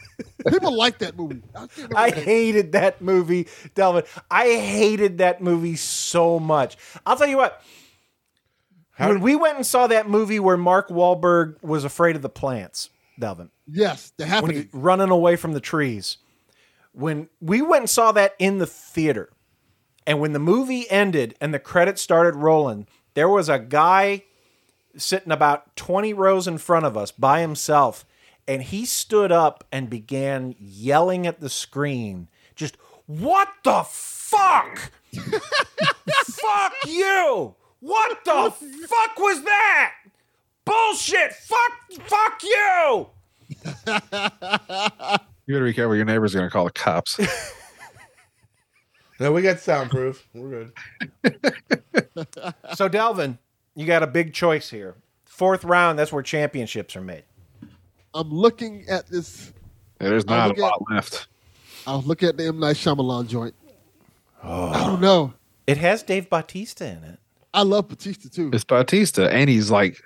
Speaker 7: People like that movie. I, can't remember
Speaker 5: I
Speaker 7: the name.
Speaker 5: hated that movie, Delvin. I hated that movie so much. I'll tell you what. when we went and saw that movie where Mark Wahlberg was afraid of the plants, Delvin,
Speaker 7: Yes, the
Speaker 5: when he
Speaker 7: happening.
Speaker 5: running away from the trees, when we went and saw that in the theater, and when the movie ended and the credits started rolling, there was a guy sitting about 20 rows in front of us by himself, and he stood up and began yelling at the screen, just, What the fuck? fuck you! What the fuck was that? Bullshit! Fuck! Fuck you!
Speaker 6: You better be careful. Your neighbor's going to call the cops.
Speaker 8: no, we got soundproof. We're
Speaker 5: good. so, Delvin, you got a big choice here. Fourth round, that's where championships are made.
Speaker 7: I'm looking at this.
Speaker 6: There's
Speaker 7: I
Speaker 6: not
Speaker 7: look
Speaker 6: a lot left.
Speaker 7: I was looking at the M Night Shyamalan joint. I don't know.
Speaker 5: It has Dave Bautista in it.
Speaker 7: I love Batista too.
Speaker 6: It's Bautista, and he's like,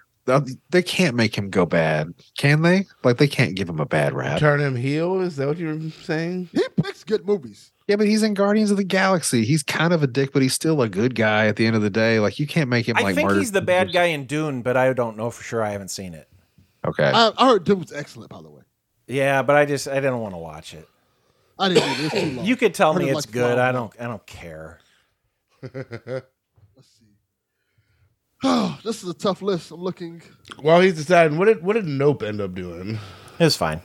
Speaker 6: they can't make him go bad, can they? Like, they can't give him a bad rap.
Speaker 8: Turn him heel. Is that what you're saying?
Speaker 7: He picks good movies.
Speaker 6: Yeah, but he's in Guardians of the Galaxy. He's kind of a dick, but he's still a good guy at the end of the day. Like, you can't make him
Speaker 5: I
Speaker 6: like.
Speaker 5: think
Speaker 6: murder-
Speaker 5: he's the bad guy in Dune, but I don't know for sure. I haven't seen it.
Speaker 6: Okay.
Speaker 7: I, I heard Doom was excellent, by the way.
Speaker 5: Yeah, but I just I didn't want to watch it.
Speaker 7: I didn't. Either. It's too long.
Speaker 5: You could tell
Speaker 7: I heard
Speaker 5: me
Speaker 7: it
Speaker 5: it's
Speaker 7: like
Speaker 5: good.
Speaker 7: flower.
Speaker 5: I don't I don't care.
Speaker 7: Oh, this is a tough list. I'm looking.
Speaker 8: While he's deciding, what did what did Nope end up doing?
Speaker 5: It's fine.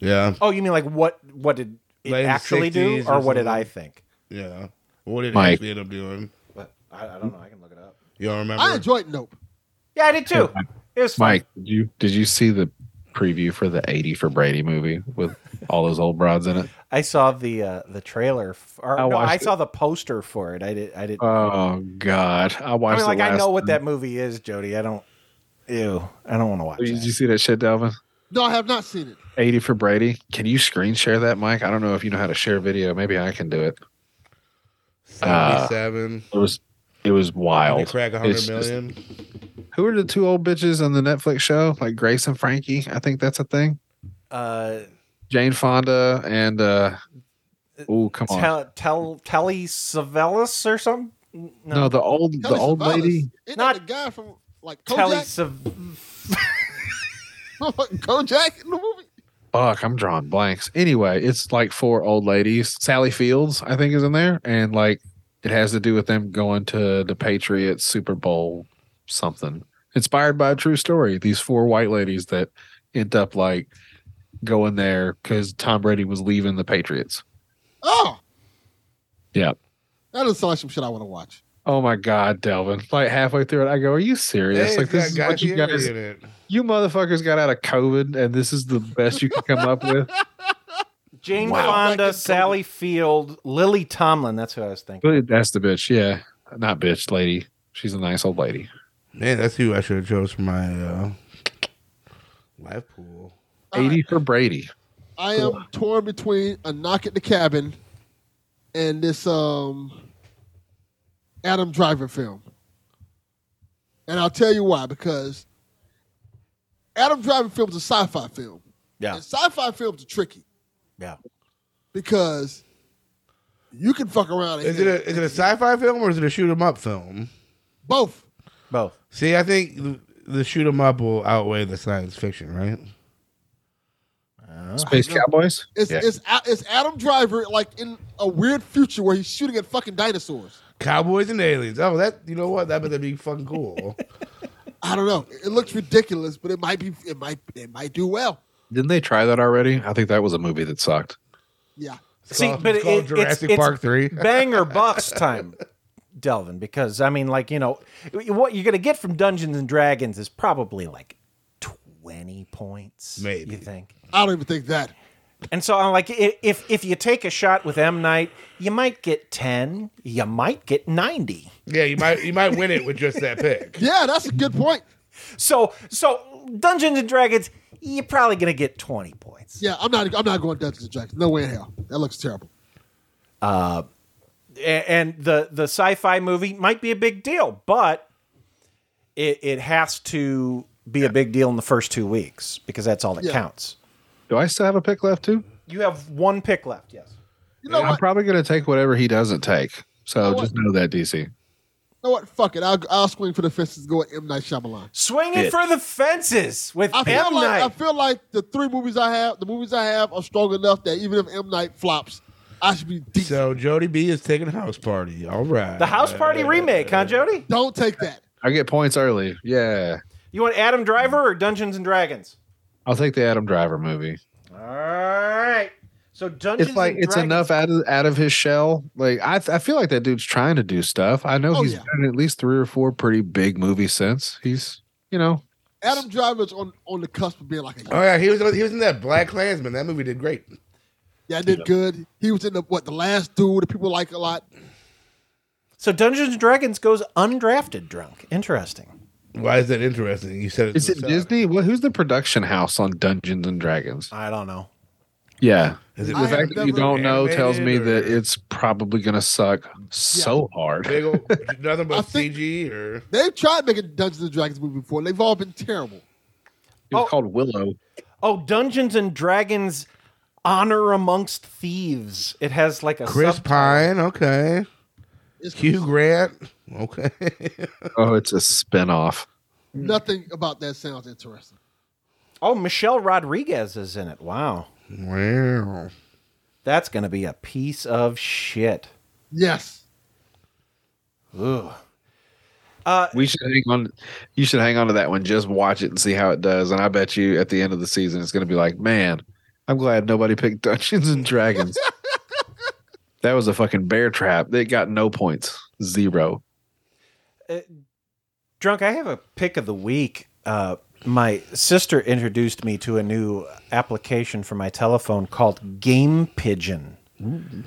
Speaker 8: Yeah.
Speaker 5: Oh, you mean like what what did it
Speaker 8: Like in the
Speaker 5: actually do
Speaker 8: 60s
Speaker 5: or,
Speaker 8: or
Speaker 5: what did
Speaker 8: something.
Speaker 5: I think?
Speaker 8: Yeah. What did
Speaker 6: Mike.
Speaker 8: he actually end up doing?
Speaker 5: But I, I don't know. I can look it up.
Speaker 8: You don't remember?
Speaker 7: I enjoyed Nope.
Speaker 5: Yeah, I did too. It was fine.
Speaker 6: Mike, did you did you see the preview for the eighty for Brady movie with all those old broads in it?
Speaker 5: I saw the uh, the trailer. f- Or,
Speaker 6: I
Speaker 5: no, I
Speaker 6: watched
Speaker 5: saw the poster for it. I did. I did.
Speaker 6: Oh God, I
Speaker 5: I
Speaker 6: watched.
Speaker 5: mean, like
Speaker 6: the
Speaker 5: I
Speaker 6: last
Speaker 5: know what that movie is, Jody. I don't. Ew. I don't want to watch.
Speaker 6: Did you see that shit, Delvin?
Speaker 7: No, I have not seen it.
Speaker 6: Eighty for Brady. Can you screen share that, Mike? I don't know if you know how to share video. Maybe I can do it. Uh,
Speaker 8: Seventy-seven.
Speaker 6: it was it was
Speaker 8: Did
Speaker 6: wild.
Speaker 8: he crack a
Speaker 6: It's
Speaker 8: hundred
Speaker 6: just-
Speaker 8: million.
Speaker 6: who are the two old bitches on the Netflix show? Like Grace and Frankie. I think that's a thing.
Speaker 5: Uh,
Speaker 6: Jane Fonda and uh oh come on.
Speaker 5: tell tell Telly Savalas or something.
Speaker 6: no. the old the old lady.
Speaker 7: Isn't
Speaker 5: Not
Speaker 7: that the guy from like
Speaker 5: Telly
Speaker 7: Kojak?
Speaker 5: Sav-
Speaker 7: Kojak in the movie.
Speaker 6: Fuck, I'm drawing blanks. Anyway, it's like four old ladies. Sally Fields, I think, is in there, and like it has to do with them going to the Patriots Super Bowl something. Inspired by a true story. These four white ladies that end up like going there because Tom Brady was leaving the Patriots.
Speaker 7: Oh,
Speaker 6: Yeah.
Speaker 7: that doesn't sound like some shit I want to watch.
Speaker 6: Oh my God, Delvin! Like halfway through it, I go, "Are you serious?
Speaker 8: Hey,
Speaker 6: like
Speaker 8: it's got
Speaker 6: this is what
Speaker 8: Guy Fieri
Speaker 6: you guys,
Speaker 8: in it.
Speaker 6: you motherfuckers got out of COVID, and this is the best you could come up with."
Speaker 5: Jane
Speaker 6: Wow.
Speaker 5: Fonda, Sally Field, Lily Tomlin. That's who I was thinking.
Speaker 6: But That's the bitch. Yeah, not bitch, lady. She's a nice old lady.
Speaker 8: Man, that's who I should have chose for my uh, live pool.
Speaker 7: Uh,
Speaker 6: Eighty for Brady.
Speaker 7: I am torn between a knock at the cabin and this um Adam Driver film. And I'll tell you why, because Adam Driver film's a sci-fi film.
Speaker 5: Yeah.
Speaker 7: And sci-fi films are tricky
Speaker 5: Yeah.
Speaker 7: because you can fuck around and
Speaker 8: Is it a is it a sci-fi film or is it a shoot 'em up film?
Speaker 7: both.
Speaker 5: Both.
Speaker 8: See, I think the, the shoot 'em up will outweigh the science fiction, right?
Speaker 6: Space Cowboys.
Speaker 7: uh, It's it's A- it's Adam Driver like in a weird future where he's shooting at fucking dinosaurs.
Speaker 8: Cowboys and aliens. Oh, that you know what? That would be fucking cool.
Speaker 7: I don't know. It looks ridiculous, but it might be it might it might do well.
Speaker 6: Didn't they try that already? I think that was a movie that sucked.
Speaker 7: Yeah.
Speaker 5: See,
Speaker 8: called-
Speaker 5: but
Speaker 8: it's called
Speaker 5: it,
Speaker 8: Jurassic
Speaker 5: it's,
Speaker 8: Park
Speaker 5: it's
Speaker 8: three.
Speaker 5: bang or bust time, Delvin. Because I mean, like you know, what you're gonna get from Dungeons and Dragons is probably like twenty points. Maybe you think.
Speaker 7: I don't even think that.
Speaker 5: And so I'm like, i- if if you take a shot with M Knight, you might get ten, you might get ninety.
Speaker 8: yeah, you might you might win it with just that pick.
Speaker 7: Yeah, that's a good point.
Speaker 5: So so Dungeons and Dragons, you're probably gonna get twenty points.
Speaker 7: Yeah, I'm not. I'm not going Dungeons and Dragons. No way in hell. That looks terrible.
Speaker 5: Uh, a- and the the sci-fi movie might be a big deal, but it it has to be a big deal in the first two weeks because that's all that
Speaker 6: Yeah.
Speaker 5: counts.
Speaker 6: Do I still have a pick left too?
Speaker 5: You have one pick left. Yes.
Speaker 6: I'm probably gonna take whatever he doesn't take. So
Speaker 7: know
Speaker 6: just know that DC.
Speaker 7: You know what? Fuck it. I'll, I'll swing for the fences. and Go with M Night Shyamalan.
Speaker 5: Swinging
Speaker 6: It-
Speaker 5: for the fences with
Speaker 7: I feel
Speaker 5: M
Speaker 7: like
Speaker 5: Night.
Speaker 7: I feel like the three movies I have, the movies I have, are strong enough that even if M Night flops, I should be deep.
Speaker 8: So Jody B is taking house party. All right.
Speaker 5: The House Party remake, huh, Jody?
Speaker 7: Don't take that.
Speaker 6: I get points early. Yeah.
Speaker 5: You want Adam Driver or Dungeons and Dragons?
Speaker 6: I'll take the Adam Driver movie.
Speaker 5: All right. So Dungeons
Speaker 6: It's like
Speaker 5: and
Speaker 6: it's
Speaker 5: Dragons.
Speaker 6: enough out of out of his shell. Like I I feel like that dude's trying to do stuff. I know
Speaker 7: Oh,
Speaker 6: he's
Speaker 7: yeah.
Speaker 6: done at least three or four pretty big movies since. He's you know
Speaker 7: Adam Driver's on, on the cusp of being like a
Speaker 8: Oh yeah, he was he was in that Black Klansman. That movie did great.
Speaker 7: yeah, I did good. He was in the what the last dude that people like a lot.
Speaker 5: So Dungeons and Dragons goes undrafted drunk. Interesting.
Speaker 8: Why is that interesting? You said it
Speaker 6: is it Disney? Well, who's the production house on Dungeons and Dragons?
Speaker 5: I don't know.
Speaker 6: Yeah.
Speaker 8: Is it
Speaker 6: the fact that you don't know tells me
Speaker 8: animated
Speaker 6: that it's probably going to suck so hard.
Speaker 8: Big old, nothing but CG or
Speaker 7: They've tried making Dungeons and Dragons movie before. They've all been terrible.
Speaker 6: It was called Willow.
Speaker 5: Oh, Dungeons and Dragons Honor Amongst Thieves. It has like a
Speaker 8: Chris
Speaker 5: sub-
Speaker 8: Pine. Okay. Hugh Grant. Okay.
Speaker 6: oh, it's a spinoff.
Speaker 7: Nothing about that sounds interesting.
Speaker 5: Oh, Michelle Rodriguez is in it. Wow.
Speaker 8: Wow.
Speaker 5: That's going to be a piece of shit.
Speaker 7: Yes.
Speaker 5: Ugh. Uh,
Speaker 6: we should hang on. You should hang on to that one. Just watch it and see how it does. And I bet you at the end of the season, it's going to be like, man, I'm glad nobody picked Dungeons and Dragons. that was a fucking bear trap. They got no points, zero.
Speaker 5: Uh, Drunk, I have a pick of the week. Uh, my sister introduced me to a new application for my telephone called Game Pigeon.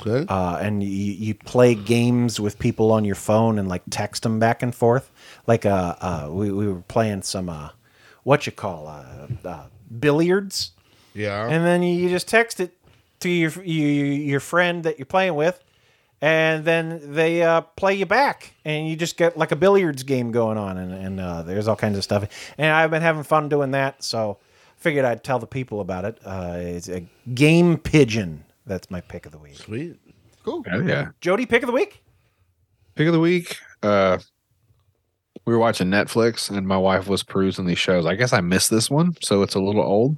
Speaker 8: Okay.
Speaker 5: Uh, and you, you play games with people on your phone and like text them back and forth. Like uh, uh, we, we were playing some uh, what you call uh, uh, billiards,
Speaker 8: Yeah.
Speaker 5: and then you just text it to your you, your friend that you're playing with, and then they uh, play you back, and you just get like a billiards game going on, and, and uh, there's all kinds of stuff. And I've been having fun doing that, so figured I'd tell the people about it. Uh, it's a game pigeon. That's my pick of the week.
Speaker 8: Sweet.
Speaker 7: Cool.
Speaker 6: Hell yeah.
Speaker 5: Jody, pick of the week.
Speaker 6: Pick of the week. Uh, we were watching Netflix, and my wife was perusing these shows. I guess I missed this one, so it's a little old.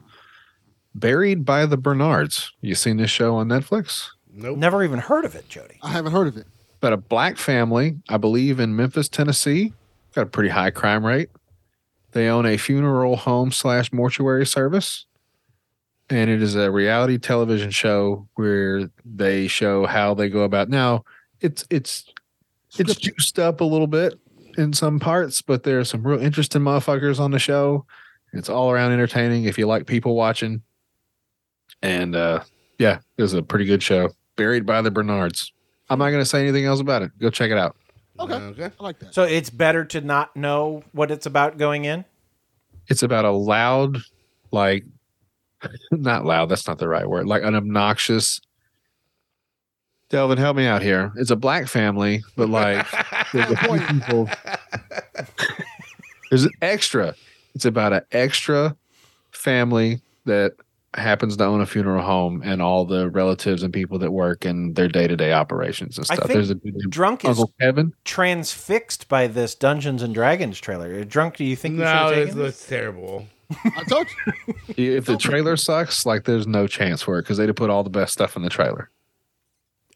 Speaker 6: Buried by the Bernards. You seen this show on Netflix?
Speaker 8: Nope.
Speaker 5: Never even heard of it, Jody.
Speaker 7: I haven't heard of it.
Speaker 6: But a black family, I believe in Memphis, Tennessee, got a pretty high crime rate. They own a funeral home slash mortuary service. And it is a reality television show where they show how they go about now. It's it's it's juiced up a little bit in some parts, but there are some real interesting motherfuckers on the show. It's all around entertaining if you like people watching. And uh yeah, it was a pretty good show. Buried by the Bernards. I'm not going to say anything else about it. Go check it out.
Speaker 7: Okay.
Speaker 8: okay.
Speaker 7: I like that.
Speaker 5: So it's better to not know what it's about going in.
Speaker 6: It's about a loud, like, not loud, that's not the right word, like an obnoxious. Delvin, help me out here. It's a black family, but like, there's a few people. There's an extra. It's about an extra family that happens to own a funeral home and all the relatives and people that work in their day to day operations and
Speaker 5: I
Speaker 6: stuff.
Speaker 5: think
Speaker 6: There's a dude named
Speaker 5: Drunk is
Speaker 6: Uncle Kevin.
Speaker 5: transfixed by this Dungeons and Dragons trailer. Drunk, do you think we should
Speaker 8: No,
Speaker 5: have
Speaker 8: it's,
Speaker 5: taken this?
Speaker 8: it's terrible.
Speaker 7: I told you.
Speaker 6: If the trailer sucks, like there's no chance for it because they'd have put all the best stuff in the trailer.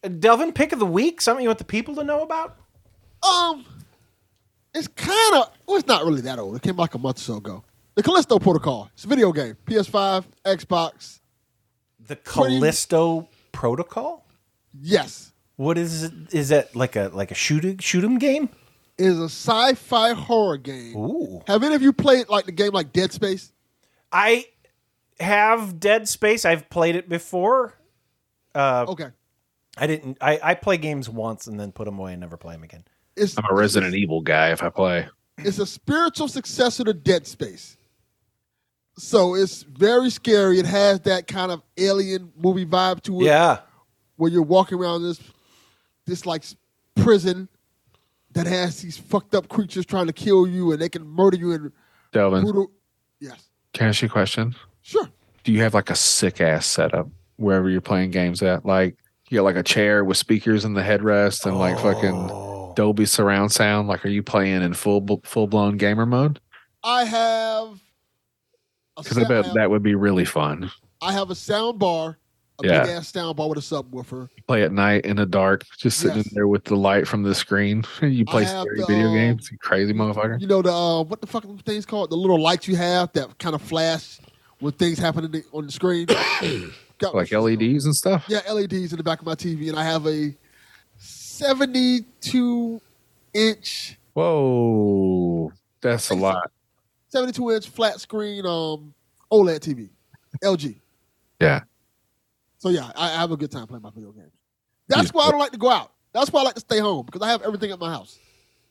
Speaker 5: Uh, Delvin, pick of the week? Something you want the people to know about?
Speaker 7: Um, it's kind of well, it's not really that old. It came like a month or so ago. The Callisto Protocol. It's a video game. PS5, Xbox.
Speaker 5: The Callisto Protocol?
Speaker 7: Yes,
Speaker 5: What is it? Is that like a like a shooting shoot 'em game?
Speaker 7: it is a sci-fi horror game.
Speaker 5: Ooh.
Speaker 7: Have any of you played like the game like Dead Space?
Speaker 5: I have Dead Space. I've played it before. Uh,
Speaker 7: Okay.
Speaker 5: I didn't. I, I play games once and then put them away and never play them again.
Speaker 7: It's
Speaker 6: I'm a Resident Evil guy if I play.
Speaker 7: it's a spiritual successor to Dead Space. So it's very scary. It has that kind of alien movie vibe to it.
Speaker 5: Yeah.
Speaker 7: where you're walking around this this like prison that has these fucked up creatures trying to kill you and they can murder you and
Speaker 6: Delvin,
Speaker 7: brutal. Yes,
Speaker 6: can I ask you a question?
Speaker 7: sure.
Speaker 6: Do you have like a sick ass setup wherever you're playing games at? Like you got like a chair with speakers in the headrest and like fucking Dolby surround sound. Like are you playing in full full blown gamer mode?
Speaker 7: I have a
Speaker 6: Because I
Speaker 7: sa-
Speaker 6: bet that would be really fun.
Speaker 7: I have a sound bar, a a
Speaker 6: Yeah.
Speaker 7: big ass soundbar with a subwoofer.
Speaker 6: Play at night in the dark, just sitting in there with the light from the screen. you play
Speaker 7: have
Speaker 6: scary
Speaker 7: the,
Speaker 6: video
Speaker 7: um,
Speaker 6: games, you crazy motherfucker.
Speaker 7: You know the uh, what the fuck are those things called? The little lights you have that kind of flash when things happen in the, on the screen. Got-
Speaker 6: like E LEDs and stuff.
Speaker 7: yeah, LEDs in the back of my TV, and I have a seventy-two inch,
Speaker 6: Whoa, that's a lot.
Speaker 7: seventy-two inch flat screen um OLED TV, LG.
Speaker 6: Yeah.
Speaker 7: So yeah, I, I have a good time playing my video games. That's why I don't like to go out. That's why I like to stay home because I have everything at my house.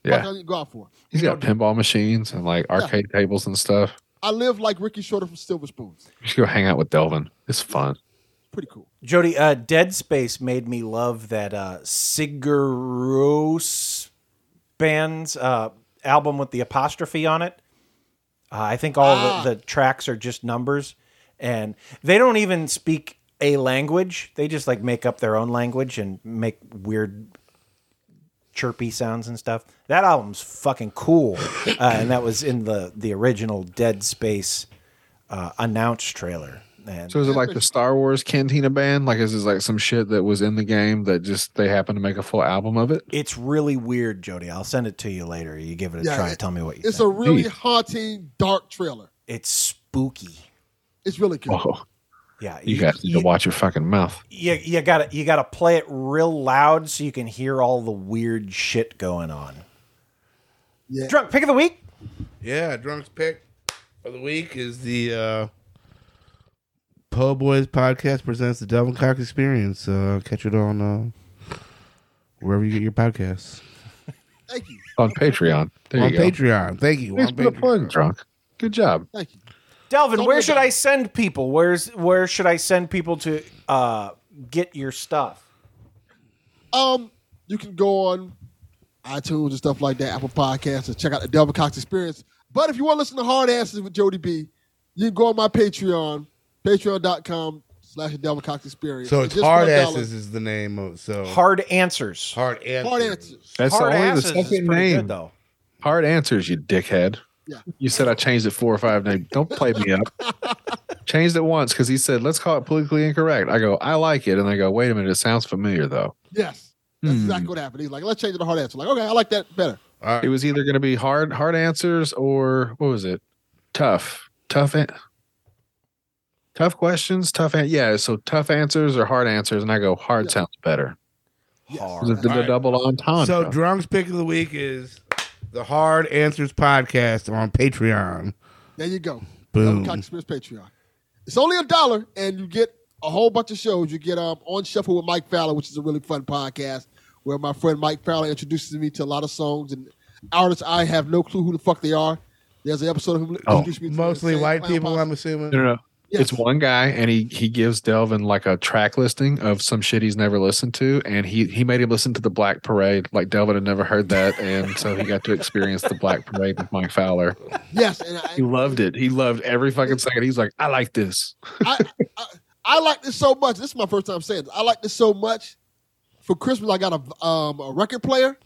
Speaker 7: What
Speaker 6: Yeah.
Speaker 7: do I need to go out for?
Speaker 6: He's got pinball machines and like arcade tables and stuff.
Speaker 7: I live like Ricky Shorter from Silver Spoon.
Speaker 6: You should go hang out with Delvin. It's fun.
Speaker 7: Pretty cool.
Speaker 5: Jody, uh, Dead Space made me love that uh, Sigaros band's uh, album with the apostrophe on it. Uh, I think all the, the tracks are just numbers, and they don't even speak a language. They just like make up their own language and make weird chirpy sounds and stuff. That album's fucking cool, uh, and that was in the the original Dead Space uh, announce trailer. And
Speaker 6: So is it like the Star Wars Cantina Band? Like is this like some shit that was in the game that just they happened to make a full album of it?
Speaker 5: It's really weird, Jody. I'll send it to you later. You give it a
Speaker 7: Yeah,
Speaker 5: try.
Speaker 7: it-
Speaker 5: Tell me what you
Speaker 7: It's a
Speaker 5: think.
Speaker 7: really haunting, dark trailer.
Speaker 5: It's spooky.
Speaker 7: It's really cool.
Speaker 6: Whoa.
Speaker 5: Yeah,
Speaker 6: Oh, You got to watch your fucking mouth.
Speaker 5: you, you gotta you gotta play it real loud so you can hear all the weird shit going on.
Speaker 7: Yeah.
Speaker 5: Drunk pick of the week.
Speaker 8: Yeah, drunk's pick of the week is the uh, Po Boys podcast presents the Devil Cock Experience. Uh, catch it on uh, wherever you get your podcasts.
Speaker 6: On Patreon. There
Speaker 8: on
Speaker 6: you go.
Speaker 8: Patreon. Thank you.
Speaker 6: Thanks
Speaker 8: on
Speaker 6: for the
Speaker 8: Patreon.
Speaker 6: plug, drunk. Good job.
Speaker 5: Delvin, where should I send people? Where's where should I send people to uh, get your stuff?
Speaker 7: Um, you can go on iTunes and stuff like that, Apple Podcasts, and check out the Delvin Cox Experience. But if you want to listen to Hard Asses with Jody B, you can go on my Patreon, patreon.com slash the Delvin Cox Experience.
Speaker 8: So
Speaker 7: And
Speaker 8: it's
Speaker 7: just
Speaker 8: Hard
Speaker 7: for a dollar-
Speaker 8: Asses is the name of so
Speaker 5: Hard answers.
Speaker 8: Hard answers.
Speaker 7: Hard Answers.
Speaker 6: That's
Speaker 5: Hard
Speaker 6: only the
Speaker 5: asses is
Speaker 6: second
Speaker 5: pretty
Speaker 6: name.
Speaker 5: good, though.
Speaker 6: Hard answers, you dickhead.
Speaker 7: Yeah.
Speaker 6: You said I changed it four or five names. Don't play me up. changed it once because he said, let's call it politically incorrect. I go, I like it. And I go, wait a minute, it sounds familiar though.
Speaker 7: Yes. That's exactly what happened. He's like, let's change it to Hard Answers. Like, okay, I like that better.
Speaker 6: It was either going to be hard hard answers or what was it? Tough. Tough an- Tough questions, tough an- yeah. So tough answers or hard answers, and I go hard sounds better.
Speaker 5: Hard.
Speaker 6: The, the- the
Speaker 8: All right.
Speaker 6: double entendre.
Speaker 8: So drunk's pick of the week is the Hard Answers podcast on Patreon.
Speaker 7: There you go.
Speaker 8: Boom.
Speaker 7: Double Cock Experience Patreon. It's only a dollar, and you get a whole bunch of shows. You get um, On Shuffle with Mike Fowler, which is a really fun podcast where my friend Mike Fowler introduces me to a lot of songs and artists I have no clue who the fuck they are. There's an episode of him
Speaker 6: Oh.
Speaker 7: introduced me to
Speaker 8: Mostly
Speaker 7: Insane
Speaker 8: white
Speaker 7: Clown
Speaker 8: people,
Speaker 7: Posse.
Speaker 8: I'm assuming.
Speaker 6: No, no, no. It's one guy, and he he gives Delvin like a track listing of some shit he's never listened to, and he he made him listen to the Black Parade. Like Delvin had never heard that, and so he got to experience the Black Parade with Mike Fowler.
Speaker 7: Yes, and I,
Speaker 6: He loved it. He loved every fucking second. He's like, I like this.
Speaker 7: I like this so much. This is my first time saying this. I like this so much. For Christmas, I got a um, a record player.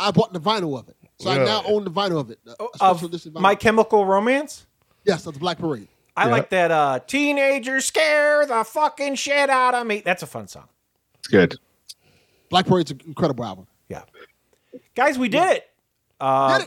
Speaker 7: I bought the vinyl of it, so I
Speaker 5: Really?
Speaker 7: now own the vinyl of it. a special edition
Speaker 5: Of
Speaker 7: vinyl.
Speaker 5: My Chemical Romance.
Speaker 7: yes, that's Black Parade.
Speaker 5: I
Speaker 6: Yeah.
Speaker 5: like that. Uh, Teenagers scare the fucking shit out of me. That's a fun song,
Speaker 6: It's good.
Speaker 7: Black Parade's an incredible album.
Speaker 5: guys. We did it. Uh,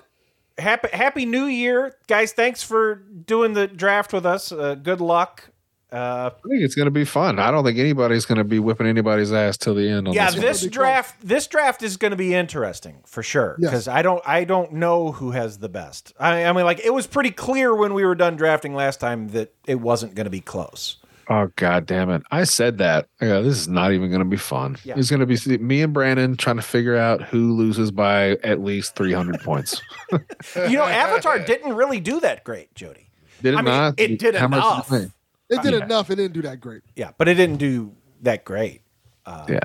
Speaker 5: Happy Happy New Year, guys! Thanks for doing the draft with us. Uh, good luck. Uh,
Speaker 6: I think it's gonna be fun. I don't think anybody's gonna be whipping anybody's ass till the end. On
Speaker 5: yeah,
Speaker 6: this, one.
Speaker 5: this draft this draft is going to be interesting for sure because I don't I don't know who has the best. I, I mean, like it was pretty clear when we were done drafting last time that it wasn't going to be close.
Speaker 6: Oh god damn it! I said that. I go, this is not even going to be fun.
Speaker 5: Yeah.
Speaker 6: It's going to be me and Brandon trying to figure out who loses by at least three hundred points.
Speaker 5: You know, Avatar didn't really do that great, Jody.
Speaker 6: Did it
Speaker 5: I mean,
Speaker 6: not?
Speaker 5: it did
Speaker 6: How much did
Speaker 5: enough.
Speaker 6: it win?
Speaker 7: It did
Speaker 6: Yeah.
Speaker 7: enough. It didn't do that great.
Speaker 5: Yeah, but it didn't do that great. Uh,
Speaker 6: yeah.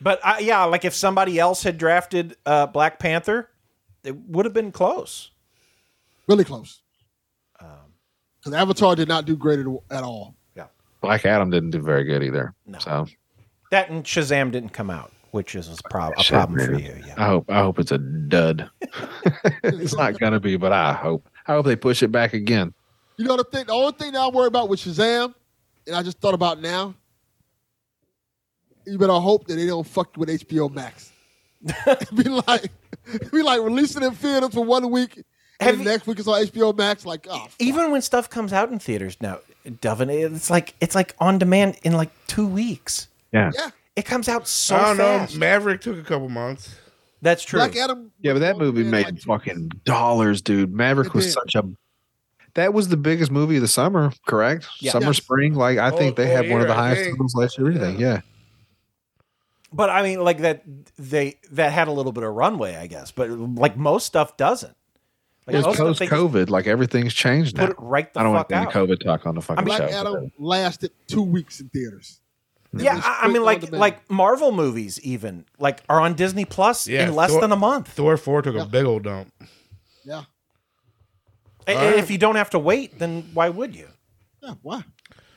Speaker 5: But I, yeah, like if somebody else had drafted uh, Black Panther, it would have been close.
Speaker 7: Really close.
Speaker 5: Um,
Speaker 7: Because Avatar did not do great at, at all.
Speaker 6: Black Adam didn't do very good either. So
Speaker 5: That and Shazam didn't come out, which is a, prob- a problem for you.
Speaker 6: I hope I hope it's a dud. it's not going to be, but I hope I hope they push it back again.
Speaker 7: You know the thing. The only thing that I worry about with Shazam, and I just thought about now, you better hope that they don't fuck with HBO Max. be like, be like releasing in theaters for one week, and the next week it's on HBO Max. Like, oh,
Speaker 5: Even when stuff comes out in theaters now, Devin, it's like it's like on demand in like two weeks.
Speaker 6: Yeah.
Speaker 5: It comes out so
Speaker 8: I don't
Speaker 5: fast.
Speaker 8: know. Maverick took a couple months.
Speaker 5: That's true.
Speaker 7: Black Adam.
Speaker 6: Yeah, but that movie made fucking dollars, dude. Maverick
Speaker 7: did.
Speaker 6: was such a. That was the biggest movie of the summer, correct?
Speaker 5: Yeah.
Speaker 6: Summer,
Speaker 5: Yes.
Speaker 6: spring. Like I
Speaker 8: Oh,
Speaker 6: think they
Speaker 8: whole
Speaker 6: had one of
Speaker 8: year,
Speaker 6: the
Speaker 8: I
Speaker 6: highest
Speaker 8: think.
Speaker 6: totals last year. Anything, yeah.
Speaker 5: But I mean, like that they that had a little bit of runway, I guess. But like most stuff doesn't. Like
Speaker 6: It's
Speaker 5: most of the
Speaker 6: post
Speaker 5: things-
Speaker 6: COVID. Like everything's changed now.
Speaker 5: Put it right the
Speaker 6: I don't
Speaker 5: fuck
Speaker 6: want
Speaker 5: out.
Speaker 6: any COVID talk on the fucking
Speaker 7: Black
Speaker 6: show.
Speaker 7: Adam lasted two weeks in theaters.
Speaker 5: Yeah, I, I mean,
Speaker 7: on
Speaker 5: like
Speaker 7: demand.
Speaker 5: like Marvel movies even like are on Disney Plus
Speaker 8: Yeah,
Speaker 5: in less
Speaker 8: Thor-
Speaker 5: than a month.
Speaker 8: Thor four took a big old dump.
Speaker 7: Yeah,
Speaker 5: And
Speaker 8: All right.
Speaker 5: If you don't have to wait, then why would you?
Speaker 7: yeah. Why?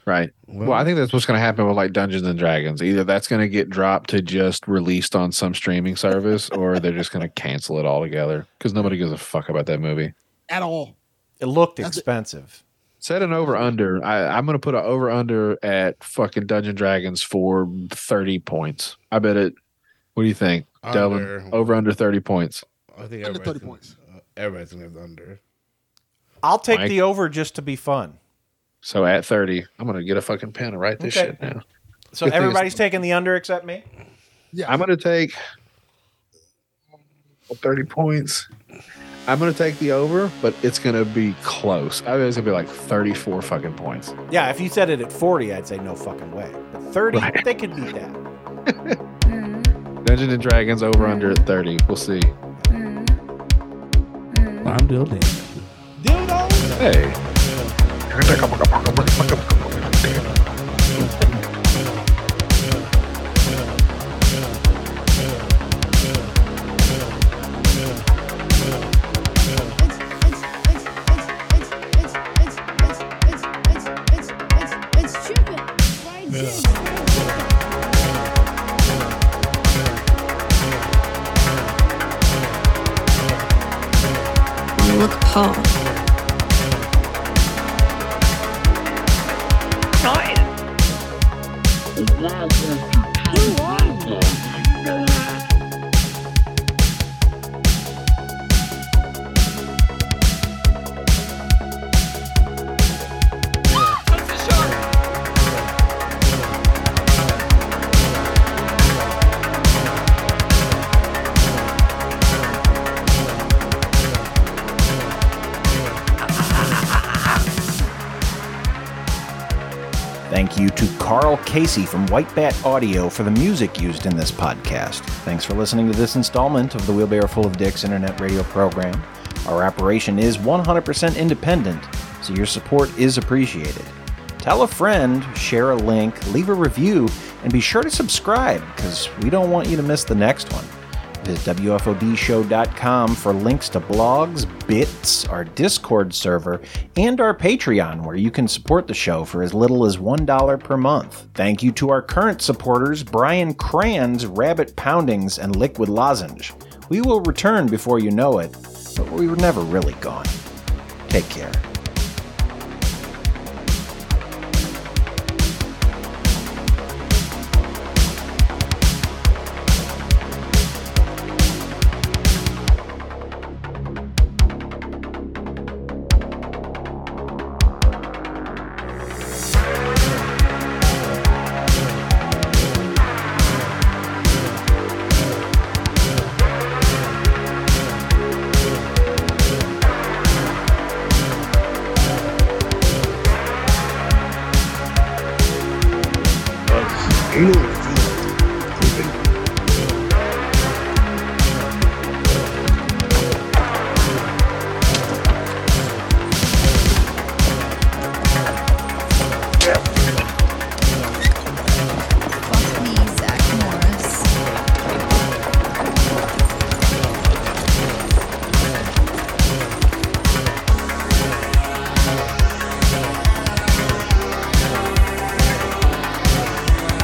Speaker 6: Right. Well, I think that's what's going to happen with like Dungeons and Dragons. Either that's going to get dropped to just released on some streaming service, or they're just going to cancel it altogether because nobody gives a fuck about that movie.
Speaker 7: At all.
Speaker 5: It looked expensive.
Speaker 6: Set an over under. I'm going to put an over under at fucking Dungeon Dragons for 30 points. I bet it. What do you think,
Speaker 8: Under.
Speaker 6: Delvin? Over under 30 points.
Speaker 8: I think
Speaker 7: Under
Speaker 8: everybody's
Speaker 7: 30
Speaker 8: gonna-
Speaker 7: points.
Speaker 8: uh, everybody's gonna have the under.
Speaker 5: I'll take
Speaker 6: Mike?
Speaker 5: the over just to be fun.
Speaker 6: So at 30, I'm going to get a fucking pen and write this
Speaker 5: Okay.
Speaker 6: shit
Speaker 5: So
Speaker 6: now. Good thing it's-
Speaker 5: everybody's taking the under except me.
Speaker 7: Yeah.
Speaker 6: I'm going to take 30 points. I'm going to take the over, but it's going to be close. I mean, it's going to be like 34 fucking points.
Speaker 5: Yeah, if you said it at forty, I'd say no fucking way. But thirty, they could beat that.
Speaker 6: Dungeons and Dragons over under at 30. We'll see.
Speaker 8: I'm building.
Speaker 6: Hey.
Speaker 15: You look tall.
Speaker 5: Thank you to Carl Casey from White Bat Audio for the music used in this podcast. Thanks for listening to this installment of the Wheelbarrow Full of Dicks Internet Radio program. Our operation is 100% independent, so your support is appreciated. Tell a friend, share a link, leave a review, and be sure to subscribe because we don't want you to miss the next one. Visit WFODshow.com for links to blogs, bits, our Discord server, and our Patreon, where you can support the show for as little as $1 per month. Thank you to our current supporters, Brian Crans, Rabbit Poundings, and Liquid Lozenge. We will return before you know it, but we were never really gone. Take care.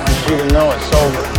Speaker 11: You should know it's over.